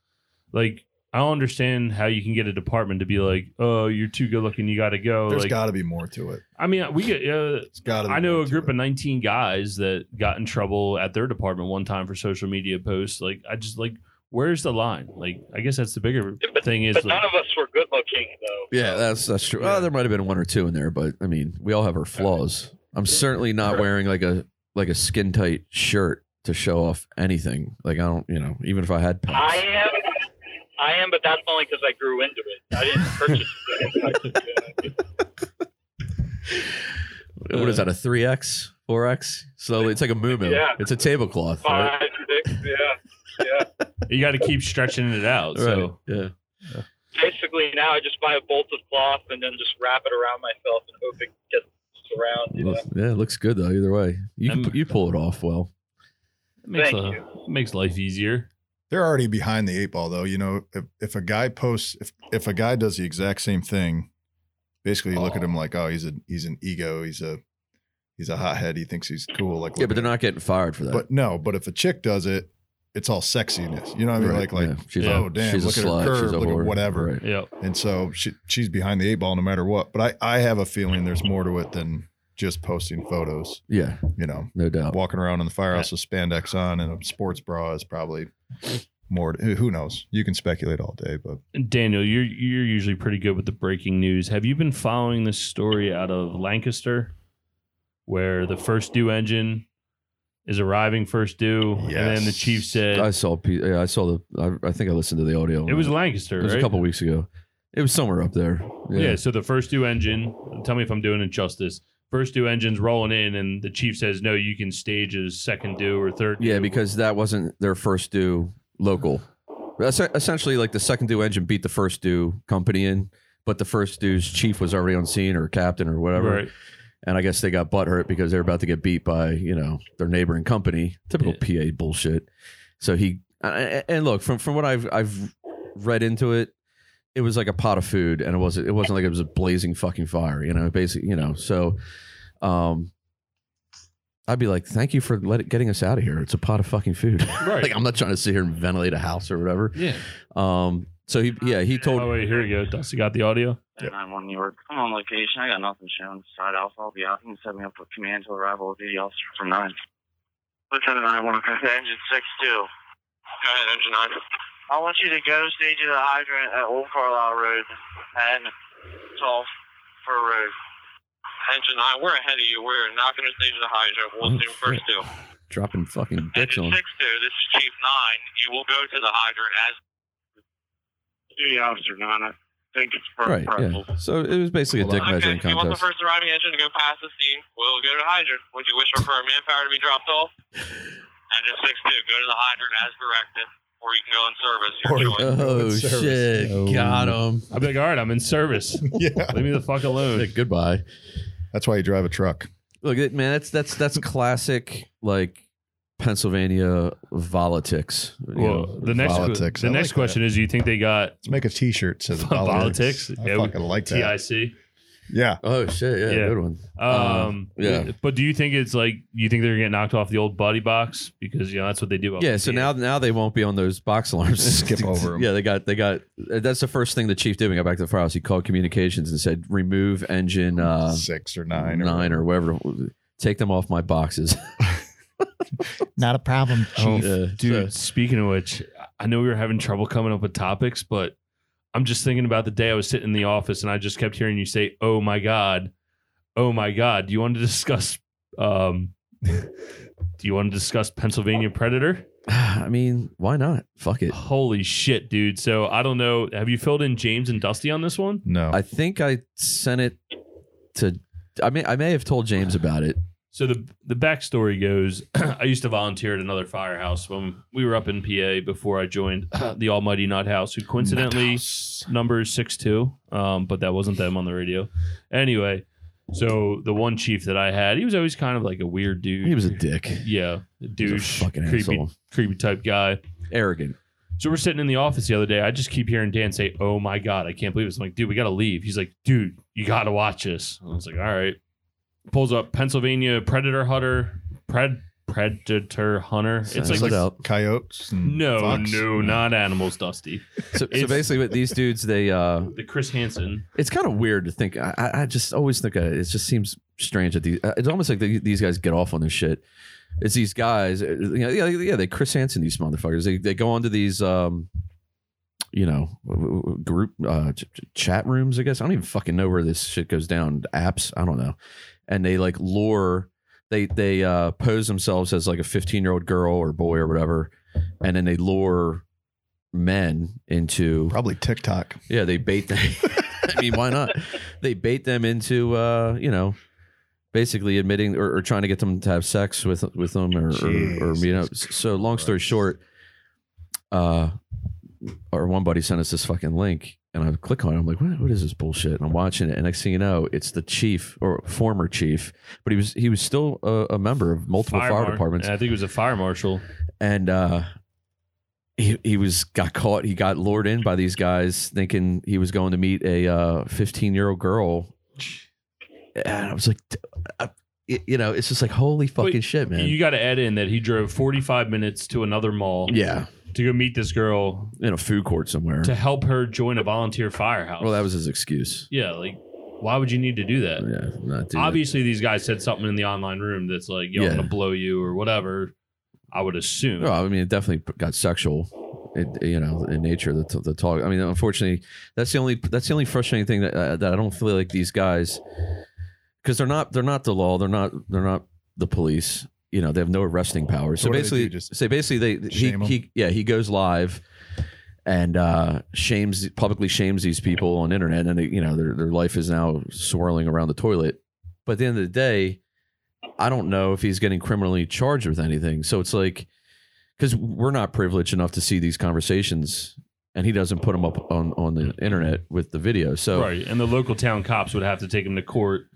[SPEAKER 1] Like I don't understand how you can get a department to be like, oh, you're too good looking, you got to go.
[SPEAKER 2] There's
[SPEAKER 1] like,
[SPEAKER 2] got to be more to it.
[SPEAKER 1] I mean, we get. Uh,
[SPEAKER 2] It's got to.
[SPEAKER 1] I know a group of 19 guys that got in trouble at their department one time for social media posts. Like, I just like, where's the line? Like, I guess that's the bigger
[SPEAKER 5] But-
[SPEAKER 1] thing is
[SPEAKER 5] but
[SPEAKER 1] like,
[SPEAKER 5] none of us were good looking though.
[SPEAKER 3] Yeah, that's that's true. Well, there might have been one or two in there, but I mean, we all have our flaws. I'm certainly not wearing like a like a skin tight shirt to show off anything. Like I don't, you know, even if I had
[SPEAKER 5] I
[SPEAKER 3] pants.
[SPEAKER 5] am. I am, but that's only because I grew into it. I didn't purchase it.
[SPEAKER 3] What is that? A three X, four X? Slowly, it's like a moo moo.
[SPEAKER 5] uh, Yeah.
[SPEAKER 3] It's a tablecloth. Right?
[SPEAKER 5] Five, six, yeah.
[SPEAKER 1] you got to keep stretching it out.
[SPEAKER 3] Right,
[SPEAKER 1] So,
[SPEAKER 3] Yeah.
[SPEAKER 5] Basically, now I just buy a bolt of cloth and then just wrap it around myself and hope it gets around. You know?
[SPEAKER 3] Yeah, it looks good though. Either way, you can,
[SPEAKER 1] Um,
[SPEAKER 3] you pull it off well.
[SPEAKER 1] it makes,
[SPEAKER 5] Thank
[SPEAKER 1] a- it makes life easier.
[SPEAKER 2] They're already behind the eight ball, though. You know, if, if a guy posts, if if a guy does the exact same thing, basically you look at him like, oh, he's a he's an ego, he's a he's a hothead, he thinks he's cool. Like,
[SPEAKER 3] Yeah, but they're not getting fired for that.
[SPEAKER 2] But no, but if a chick does it, it's all sexiness. You know what I mean? Like like
[SPEAKER 3] yeah. she's
[SPEAKER 2] oh
[SPEAKER 3] a,
[SPEAKER 2] damn,
[SPEAKER 3] she's
[SPEAKER 2] look
[SPEAKER 3] a
[SPEAKER 2] at
[SPEAKER 3] slut,
[SPEAKER 2] her curve,
[SPEAKER 3] she's a
[SPEAKER 2] look
[SPEAKER 3] whore.
[SPEAKER 2] at whatever.
[SPEAKER 3] Right.
[SPEAKER 1] Yep.
[SPEAKER 2] And so she she's behind the eight ball no matter what. But I I have a feeling there's more to it than just posting photos.
[SPEAKER 3] Yeah,
[SPEAKER 2] You know,
[SPEAKER 3] no
[SPEAKER 1] Oh.
[SPEAKER 3] doubt.
[SPEAKER 2] walking around in the firehouse with spandex on and a sports bra is probably more. Who who knows? You can speculate all day, but
[SPEAKER 1] Daniel, you're you're usually pretty good with the breaking news. Have you been following this story out of Lancaster, where the first due engine is arriving first due, and then the
[SPEAKER 2] Yes.
[SPEAKER 1] chief said
[SPEAKER 3] I saw. pe- Yeah, I saw the. I, I think I listened to the audio.
[SPEAKER 1] it was Lancaster.
[SPEAKER 3] It was
[SPEAKER 1] right?
[SPEAKER 3] a couple weeks ago. It was somewhere up there.
[SPEAKER 1] Yeah. So the first due engine. Tell me if I'm doing it justice. First due engine's rolling in, and the chief says, "No, you can stage a second due or third.
[SPEAKER 3] Yeah,
[SPEAKER 1] due."
[SPEAKER 3] because that wasn't their first due local. That's essentially like the second due engine beat the first due company in, but the first due's chief was already on scene or captain or whatever.
[SPEAKER 1] Right.
[SPEAKER 3] And I guess they got butthurt because they were about to get beat by, you know, their neighboring company. Typical PA bullshit. So he and and look, from from what I've I've read into it, it was like a pot of food and it wasn't it wasn't like it was a blazing fucking fire, you know, basically, you know. So um I'd be like, thank you for let getting us out of here. It's a pot of fucking food.
[SPEAKER 1] Right.
[SPEAKER 3] like I'm not trying to sit here and ventilate a house or whatever.
[SPEAKER 1] yeah.
[SPEAKER 3] Um so he yeah, he told
[SPEAKER 1] Oh wait, here we go. Dusty got the audio.
[SPEAKER 6] I'm on New York. I'm on location. I got nothing shown. Side alpha. I'll be out. You can set me up with command to arrival of duty officer from nine. Lieutenant nine one. Engine six two. Go ahead, engine nine. I want you to go stage to the hydrant at Old Carlisle Road and twelve for road.
[SPEAKER 5] Engine nine, we're ahead of you. We're not going to stage the hydrant.
[SPEAKER 3] Oh,
[SPEAKER 5] We'll do first two.
[SPEAKER 3] dropping fucking bitch
[SPEAKER 5] Engine
[SPEAKER 3] on.
[SPEAKER 5] six two, this is Chief nine. You will go to the hydrant as
[SPEAKER 6] Duty officer nine. I think it's for
[SPEAKER 3] Right. Yeah. So it was basically a
[SPEAKER 2] Hold
[SPEAKER 3] dick
[SPEAKER 2] on.
[SPEAKER 3] measuring
[SPEAKER 5] if you want the
[SPEAKER 3] contest.
[SPEAKER 5] first arriving engine to go past the scene, we'll go to hydrant. Would you wish for a manpower to be dropped off? Engine six two, go to the hydrant as directed, or you can go in service. Your
[SPEAKER 2] Or-
[SPEAKER 5] choice.
[SPEAKER 3] Oh
[SPEAKER 2] Good service.
[SPEAKER 3] shit!
[SPEAKER 2] Oh.
[SPEAKER 3] Got him.
[SPEAKER 1] I'd be like, all right, I'm in service.
[SPEAKER 2] yeah,
[SPEAKER 1] Leave me the fuck alone.
[SPEAKER 3] Goodbye.
[SPEAKER 2] that's why you drive a truck.
[SPEAKER 3] Look, it- man, that's that's that's classic like Pennsylvania politics. you
[SPEAKER 1] Well,
[SPEAKER 3] know.
[SPEAKER 1] the next
[SPEAKER 2] Politics.
[SPEAKER 1] the
[SPEAKER 2] I
[SPEAKER 1] next
[SPEAKER 2] like
[SPEAKER 1] question is: you think they got
[SPEAKER 2] Let's make a T-shirt that says
[SPEAKER 1] Politics?
[SPEAKER 2] politics. I
[SPEAKER 1] Yeah, we-
[SPEAKER 2] fucking like that.
[SPEAKER 1] TIC?
[SPEAKER 2] Yeah,
[SPEAKER 3] oh shit! Yeah,
[SPEAKER 1] Yeah.
[SPEAKER 3] good one.
[SPEAKER 1] Um,
[SPEAKER 3] Uh, yeah.
[SPEAKER 1] But do you think it's like you think they're getting knocked off the old buddy box because you know that's what they do? up
[SPEAKER 3] Yeah. So
[SPEAKER 1] here.
[SPEAKER 3] now now they won't be on those box alarms.
[SPEAKER 2] Skip over 'em.
[SPEAKER 3] yeah, they got they got. That's the first thing the chief did when he got back to the firehouse. He called communications and said, "Remove engine uh,
[SPEAKER 2] six or nine,
[SPEAKER 3] nine or whatever. Take them off my boxes."
[SPEAKER 2] not a problem,
[SPEAKER 3] Yeah,
[SPEAKER 1] dude.
[SPEAKER 3] so-
[SPEAKER 1] Speaking of which, I know we were having trouble coming up with topics, but I'm just thinking about the day I was sitting in the office and I just kept hearing you say, "Oh my god, oh my god." Do you want to discuss? Um, do you want to discuss Pennsylvania Predator?
[SPEAKER 3] I mean, why not? Fuck it.
[SPEAKER 1] Holy shit, dude! So I don't know. Have you filled in James and Dusty on this one?
[SPEAKER 2] No,
[SPEAKER 3] I think I sent it to. I mean, I may have told James about it.
[SPEAKER 1] So the the backstory goes: I used to volunteer at another firehouse when we were up in PA before I joined the Almighty Nut House, who coincidentally number is six two, um, but that wasn't them on the radio. Anyway, so the one chief that I had, he was always kind of like a weird dude.
[SPEAKER 3] He was a dick.
[SPEAKER 1] yeah,
[SPEAKER 3] He was a
[SPEAKER 1] douche,
[SPEAKER 3] fucking
[SPEAKER 1] creepy,
[SPEAKER 3] asshole.
[SPEAKER 1] creepy type guy.
[SPEAKER 3] Arrogant.
[SPEAKER 1] So we're sitting in the office the other day. I just keep hearing Dan say, "Oh my god, I can't believe this." I'm like, "Dude, we gotta leave." He's like, "Dude, you gotta watch this." I was like, "All right." Pulls up Pennsylvania Predator Hunter, Pred Predator Hunter. It's
[SPEAKER 3] Sounds
[SPEAKER 1] like
[SPEAKER 3] it up.
[SPEAKER 2] coyotes. And
[SPEAKER 1] no,
[SPEAKER 2] fox?
[SPEAKER 1] no, not animals, Dusty.
[SPEAKER 3] So, so
[SPEAKER 1] It's-
[SPEAKER 3] basically, what these dudes, they, uh,
[SPEAKER 1] The Chris Hansen.
[SPEAKER 3] it's kind of weird to think. I, I- I just always think uh, it just seems strange that these. uh, It's almost like they, these guys get off on this shit. It's these guys, uh, you know, yeah, yeah, they Chris Hansen these motherfuckers. They they go onto these, um, you know, w- w- w- group uh, ch- ch- chat rooms. I guess I don't even fucking know where this shit goes down. Apps, I don't know. And they like lure. They they uh, pose themselves as like a fifteen year old girl or boy or whatever, and then they lure men into
[SPEAKER 2] probably TikTok.
[SPEAKER 3] yeah, they bait them. I mean, why not? They bait them into, uh, you know, basically admitting or, or trying to get them to have sex with with them, or, or, or you know.
[SPEAKER 2] Jesus
[SPEAKER 3] So, long story
[SPEAKER 2] Christ.
[SPEAKER 3] short, uh, our one buddy sent us this fucking link, and I click on it. I'm like, what, what is this bullshit? And I'm watching it, and next thing you know, it's the chief or former chief, but he was he was still a, a member of multiple
[SPEAKER 1] Fire
[SPEAKER 3] fire
[SPEAKER 1] mar-
[SPEAKER 3] departments
[SPEAKER 1] I think it was a fire marshal.
[SPEAKER 3] and uh he, he was got caught he got lured in by these guys thinking he was going to meet a uh 15 year old girl and i was like "D- I- y- you know, it's just like holy fucking shit, man.
[SPEAKER 1] You got to add in that he drove 45 minutes to another mall
[SPEAKER 3] yeah,
[SPEAKER 1] to go meet this girl
[SPEAKER 3] in a food court somewhere.
[SPEAKER 1] to help her join a volunteer firehouse.
[SPEAKER 3] Well, that was his excuse.
[SPEAKER 1] yeah, like why would you need to do that?
[SPEAKER 3] Yeah, not do that.
[SPEAKER 1] Obviously, these guys said something in the online room that's like, "Yo, I'm
[SPEAKER 3] Yeah. Oh,
[SPEAKER 1] gonna blow you" or whatever. I would assume.
[SPEAKER 3] Well, I mean, it definitely got sexual, it, you know, in nature. The, the talk. I mean, unfortunately, that's the only that's the only frustrating thing that uh, that I don't feel like these guys, because they're not they're not the law. They're not they're not the police. You know, they have no arresting power. So
[SPEAKER 2] What do they
[SPEAKER 3] basically,
[SPEAKER 2] do? Just
[SPEAKER 3] so basically, they he,
[SPEAKER 2] shame 'em?
[SPEAKER 3] he yeah he goes live. And uh, shames publicly shames these people on internet, and you know their their life is now swirling around the toilet. But at the end of the day, I don't know if he's getting criminally charged with anything. So it's like, because we're not privileged enough to see these conversations, and he doesn't put them up on on the internet with the video. So
[SPEAKER 1] Right, and the local town cops would have to take him to court,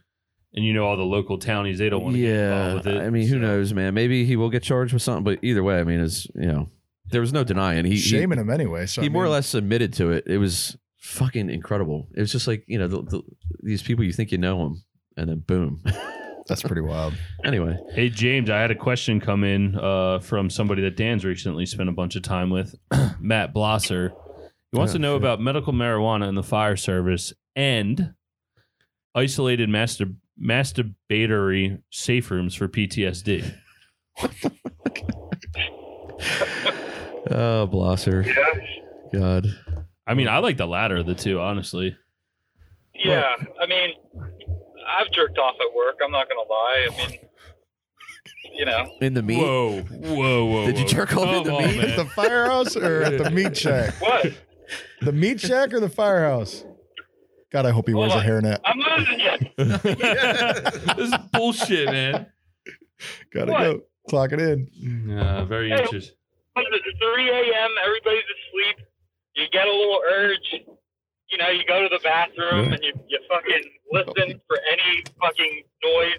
[SPEAKER 1] and you know all the local townies they don't want to
[SPEAKER 3] yeah,
[SPEAKER 1] get involved with it.
[SPEAKER 3] I mean, who
[SPEAKER 1] so-
[SPEAKER 3] knows, man? Maybe he will get charged with something, but either way, I mean, it's you know, there was no denying he he,
[SPEAKER 2] shaming him anyway. So
[SPEAKER 3] he
[SPEAKER 2] I
[SPEAKER 3] more or
[SPEAKER 2] mean,
[SPEAKER 3] less admitted to it. It was fucking incredible. It was just like you know the, the, these people you think you know them, and then boom.
[SPEAKER 2] that's pretty wild.
[SPEAKER 3] anyway,
[SPEAKER 1] Hey James, I had a question come in uh, from somebody that Dan's recently spent a bunch of time with, Matt Blosser. He wants
[SPEAKER 3] Oh,
[SPEAKER 1] to know
[SPEAKER 3] shit.
[SPEAKER 1] about medical marijuana in the fire service and isolated master masturbatory safe rooms for PTSD.
[SPEAKER 3] oh Blosser, God,
[SPEAKER 1] I mean, I like the latter of the two, honestly.
[SPEAKER 5] Yeah, I mean, I've jerked off at work. I'm not gonna lie. I mean, you know,
[SPEAKER 3] in the meat.
[SPEAKER 1] Whoa, whoa, whoa!
[SPEAKER 3] Did you
[SPEAKER 1] whoa.
[SPEAKER 3] jerk off in
[SPEAKER 1] Come
[SPEAKER 3] the
[SPEAKER 1] on,
[SPEAKER 3] meat?
[SPEAKER 1] Oh, man.
[SPEAKER 2] At the firehouse or at the meat shack?
[SPEAKER 5] what?
[SPEAKER 2] The meat shack or the firehouse? God, I hope he wears a
[SPEAKER 5] Hold
[SPEAKER 2] hairnet.
[SPEAKER 5] I'm losing you.
[SPEAKER 1] this is bullshit, man.
[SPEAKER 2] Gotta
[SPEAKER 5] What?
[SPEAKER 2] go. Clock it in.
[SPEAKER 1] Uh, very
[SPEAKER 5] Hey.
[SPEAKER 1] interesting.
[SPEAKER 5] It's 3 a.m. Everybody's asleep. You get a little urge. You know, you go to the bathroom and you, you fucking listen for any fucking noise,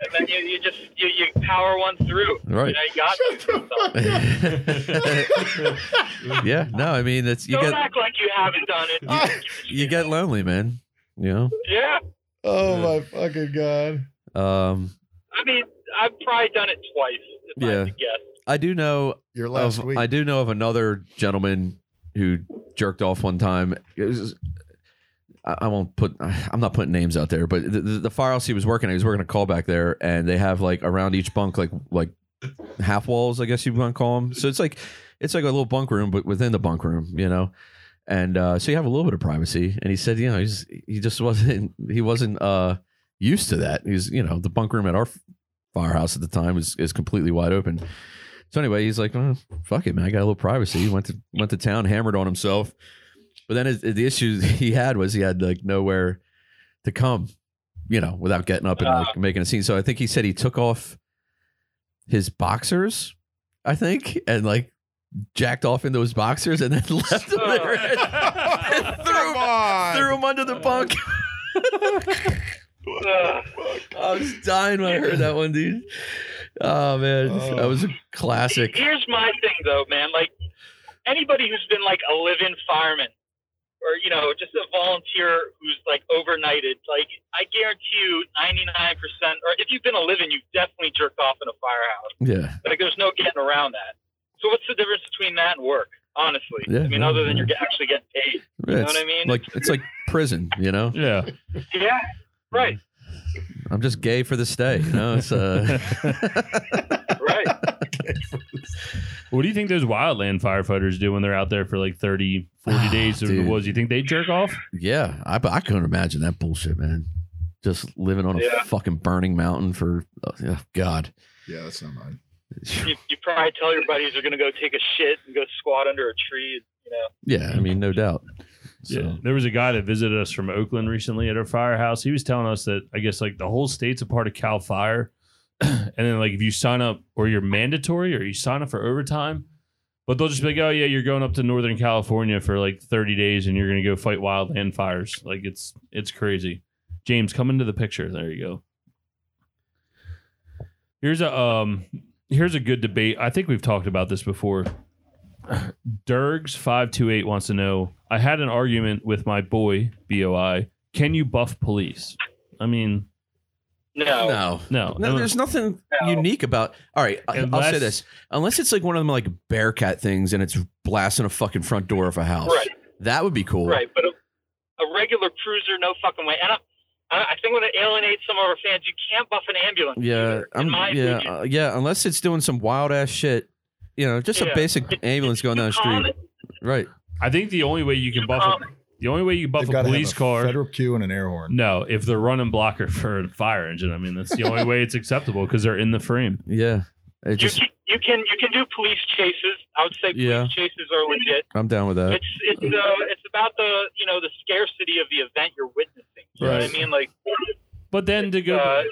[SPEAKER 5] and then you, you just you, you power one through. You
[SPEAKER 3] Right.
[SPEAKER 5] know, you got to.
[SPEAKER 3] yeah. No, I mean it's you
[SPEAKER 5] Don't
[SPEAKER 3] get
[SPEAKER 5] act like you haven't done it.
[SPEAKER 3] you get lonely, man. You know.
[SPEAKER 5] yeah.
[SPEAKER 2] Oh my fucking god.
[SPEAKER 3] Um,
[SPEAKER 5] I mean, I've probably done it twice. If I
[SPEAKER 3] Yeah.
[SPEAKER 5] had to guess.
[SPEAKER 3] I do know
[SPEAKER 2] Your last
[SPEAKER 3] of,
[SPEAKER 2] week.
[SPEAKER 3] I do know of another gentleman who jerked off one time. It was- I I won't put. I'm not putting names out there, but the, the, the firehouse he was working at, he was working a call back there, and they have like around each bunk, like like half walls, I guess you want to call them. So it's like it's like a little bunk room, but within the bunk room, you know. And uh, so you have a little bit of privacy. And he said, you know, he's he just wasn't he wasn't uh, used to that. He's you know the bunk room at our firehouse at the time is is completely wide open. So anyway, he's like, "Oh, fuck it, man. I got a little privacy. He went to went to town, hammered on himself. But then his, the issue he had was he had like nowhere to come, you know, without getting up and like making a scene. So I think he said he took off his boxers, I think, and like jacked off into his boxers and then left them there and
[SPEAKER 2] Come on.
[SPEAKER 3] threw him under the bunk.
[SPEAKER 5] Ugh.
[SPEAKER 3] I was dying when I heard that one, dude. Oh man, that was a classic.
[SPEAKER 5] Here's my thing, though, man. Like anybody who's been like a live-in fireman, or you know, just a volunteer who's like overnighted. Like I guarantee you, 99%, or if you've been a live-in, you've definitely jerked off in a firehouse.
[SPEAKER 3] Yeah,
[SPEAKER 5] Like there's no getting around that. So what's the difference between that and work? Honestly,
[SPEAKER 3] Yeah,
[SPEAKER 5] I mean,
[SPEAKER 3] no,
[SPEAKER 5] other than
[SPEAKER 3] yeah.
[SPEAKER 5] you're get- actually getting paid.
[SPEAKER 3] it's
[SPEAKER 5] I mean?
[SPEAKER 3] like it's like prison, you know.
[SPEAKER 1] Yeah.
[SPEAKER 5] Yeah. Right.
[SPEAKER 3] I'm just gay for the stay. You know, it's uh,
[SPEAKER 5] Right.
[SPEAKER 1] What do you think those wildland firefighters do when they're out there for like 30, 40 days in the
[SPEAKER 3] Ah, Dude.
[SPEAKER 1] woods? You think they jerk off?
[SPEAKER 3] yeah. I but I couldn't imagine that bullshit, man. Just living on a
[SPEAKER 5] Yeah.
[SPEAKER 3] fucking burning mountain for oh, yeah, God.
[SPEAKER 2] yeah, that's not mine.
[SPEAKER 5] you, you probably tell your buddies you're gonna go take a shit and go squat under a tree. You know.
[SPEAKER 3] Yeah, I mean, no doubt. So,
[SPEAKER 1] Yeah. There was a guy that visited us from Oakland recently at our firehouse. He was telling us that I guess like the whole state's a part of Cal Fire. and then like if you sign up or you're mandatory or you sign up for overtime, but they'll just be like, oh yeah, you're going up to Northern California for like 30 days and you're going to go fight wildland fires. Like it's it's crazy. James, come into the picture. There you go. Here's a um here's a good debate. I think we've talked about this before. Dergs five two eight wants to know. I had an argument with my boy Boi. Can you buff police? I mean,
[SPEAKER 5] No.
[SPEAKER 3] No.
[SPEAKER 1] No,
[SPEAKER 3] No, there's nothing unique about. All right, I- I'll say
[SPEAKER 1] Unless-
[SPEAKER 3] this. Unless it's like one of them like Bearcat things, and it's blasting a fucking front door of a house.
[SPEAKER 5] Right.
[SPEAKER 3] That would be cool.
[SPEAKER 5] Right, but a, a regular cruiser, no fucking way. And I, I I think when it alienates some of our fans, you can't buff an ambulance.
[SPEAKER 3] Yeah.
[SPEAKER 5] either, in
[SPEAKER 3] I'm,
[SPEAKER 5] my
[SPEAKER 3] yeah.
[SPEAKER 5] opinion.
[SPEAKER 3] uh, yeah. Unless it's doing some wild ass shit. You know, just a
[SPEAKER 5] Yeah.
[SPEAKER 3] basic ambulance going down the
[SPEAKER 5] Too common.
[SPEAKER 3] street. Right.
[SPEAKER 1] I think the only way you can
[SPEAKER 5] Too
[SPEAKER 1] buff a,
[SPEAKER 5] common.
[SPEAKER 1] the only way you buff
[SPEAKER 2] They've
[SPEAKER 1] a
[SPEAKER 2] gotta have
[SPEAKER 1] police car.
[SPEAKER 2] federal queue, and an air horn.
[SPEAKER 1] no, if they're running blocker for a fire engine, I mean that's the only way it's acceptable because they're in the frame.
[SPEAKER 3] Yeah. It
[SPEAKER 5] You
[SPEAKER 3] just.
[SPEAKER 5] can, you can you can do police chases. I would say police
[SPEAKER 3] Yeah.
[SPEAKER 5] chases are legit.
[SPEAKER 3] I'm down with that.
[SPEAKER 5] It's it's uh, it's about the you know the scarcity of the event you're witnessing. You know what
[SPEAKER 1] Right.
[SPEAKER 5] I mean? Like
[SPEAKER 1] But then to go,
[SPEAKER 5] uh,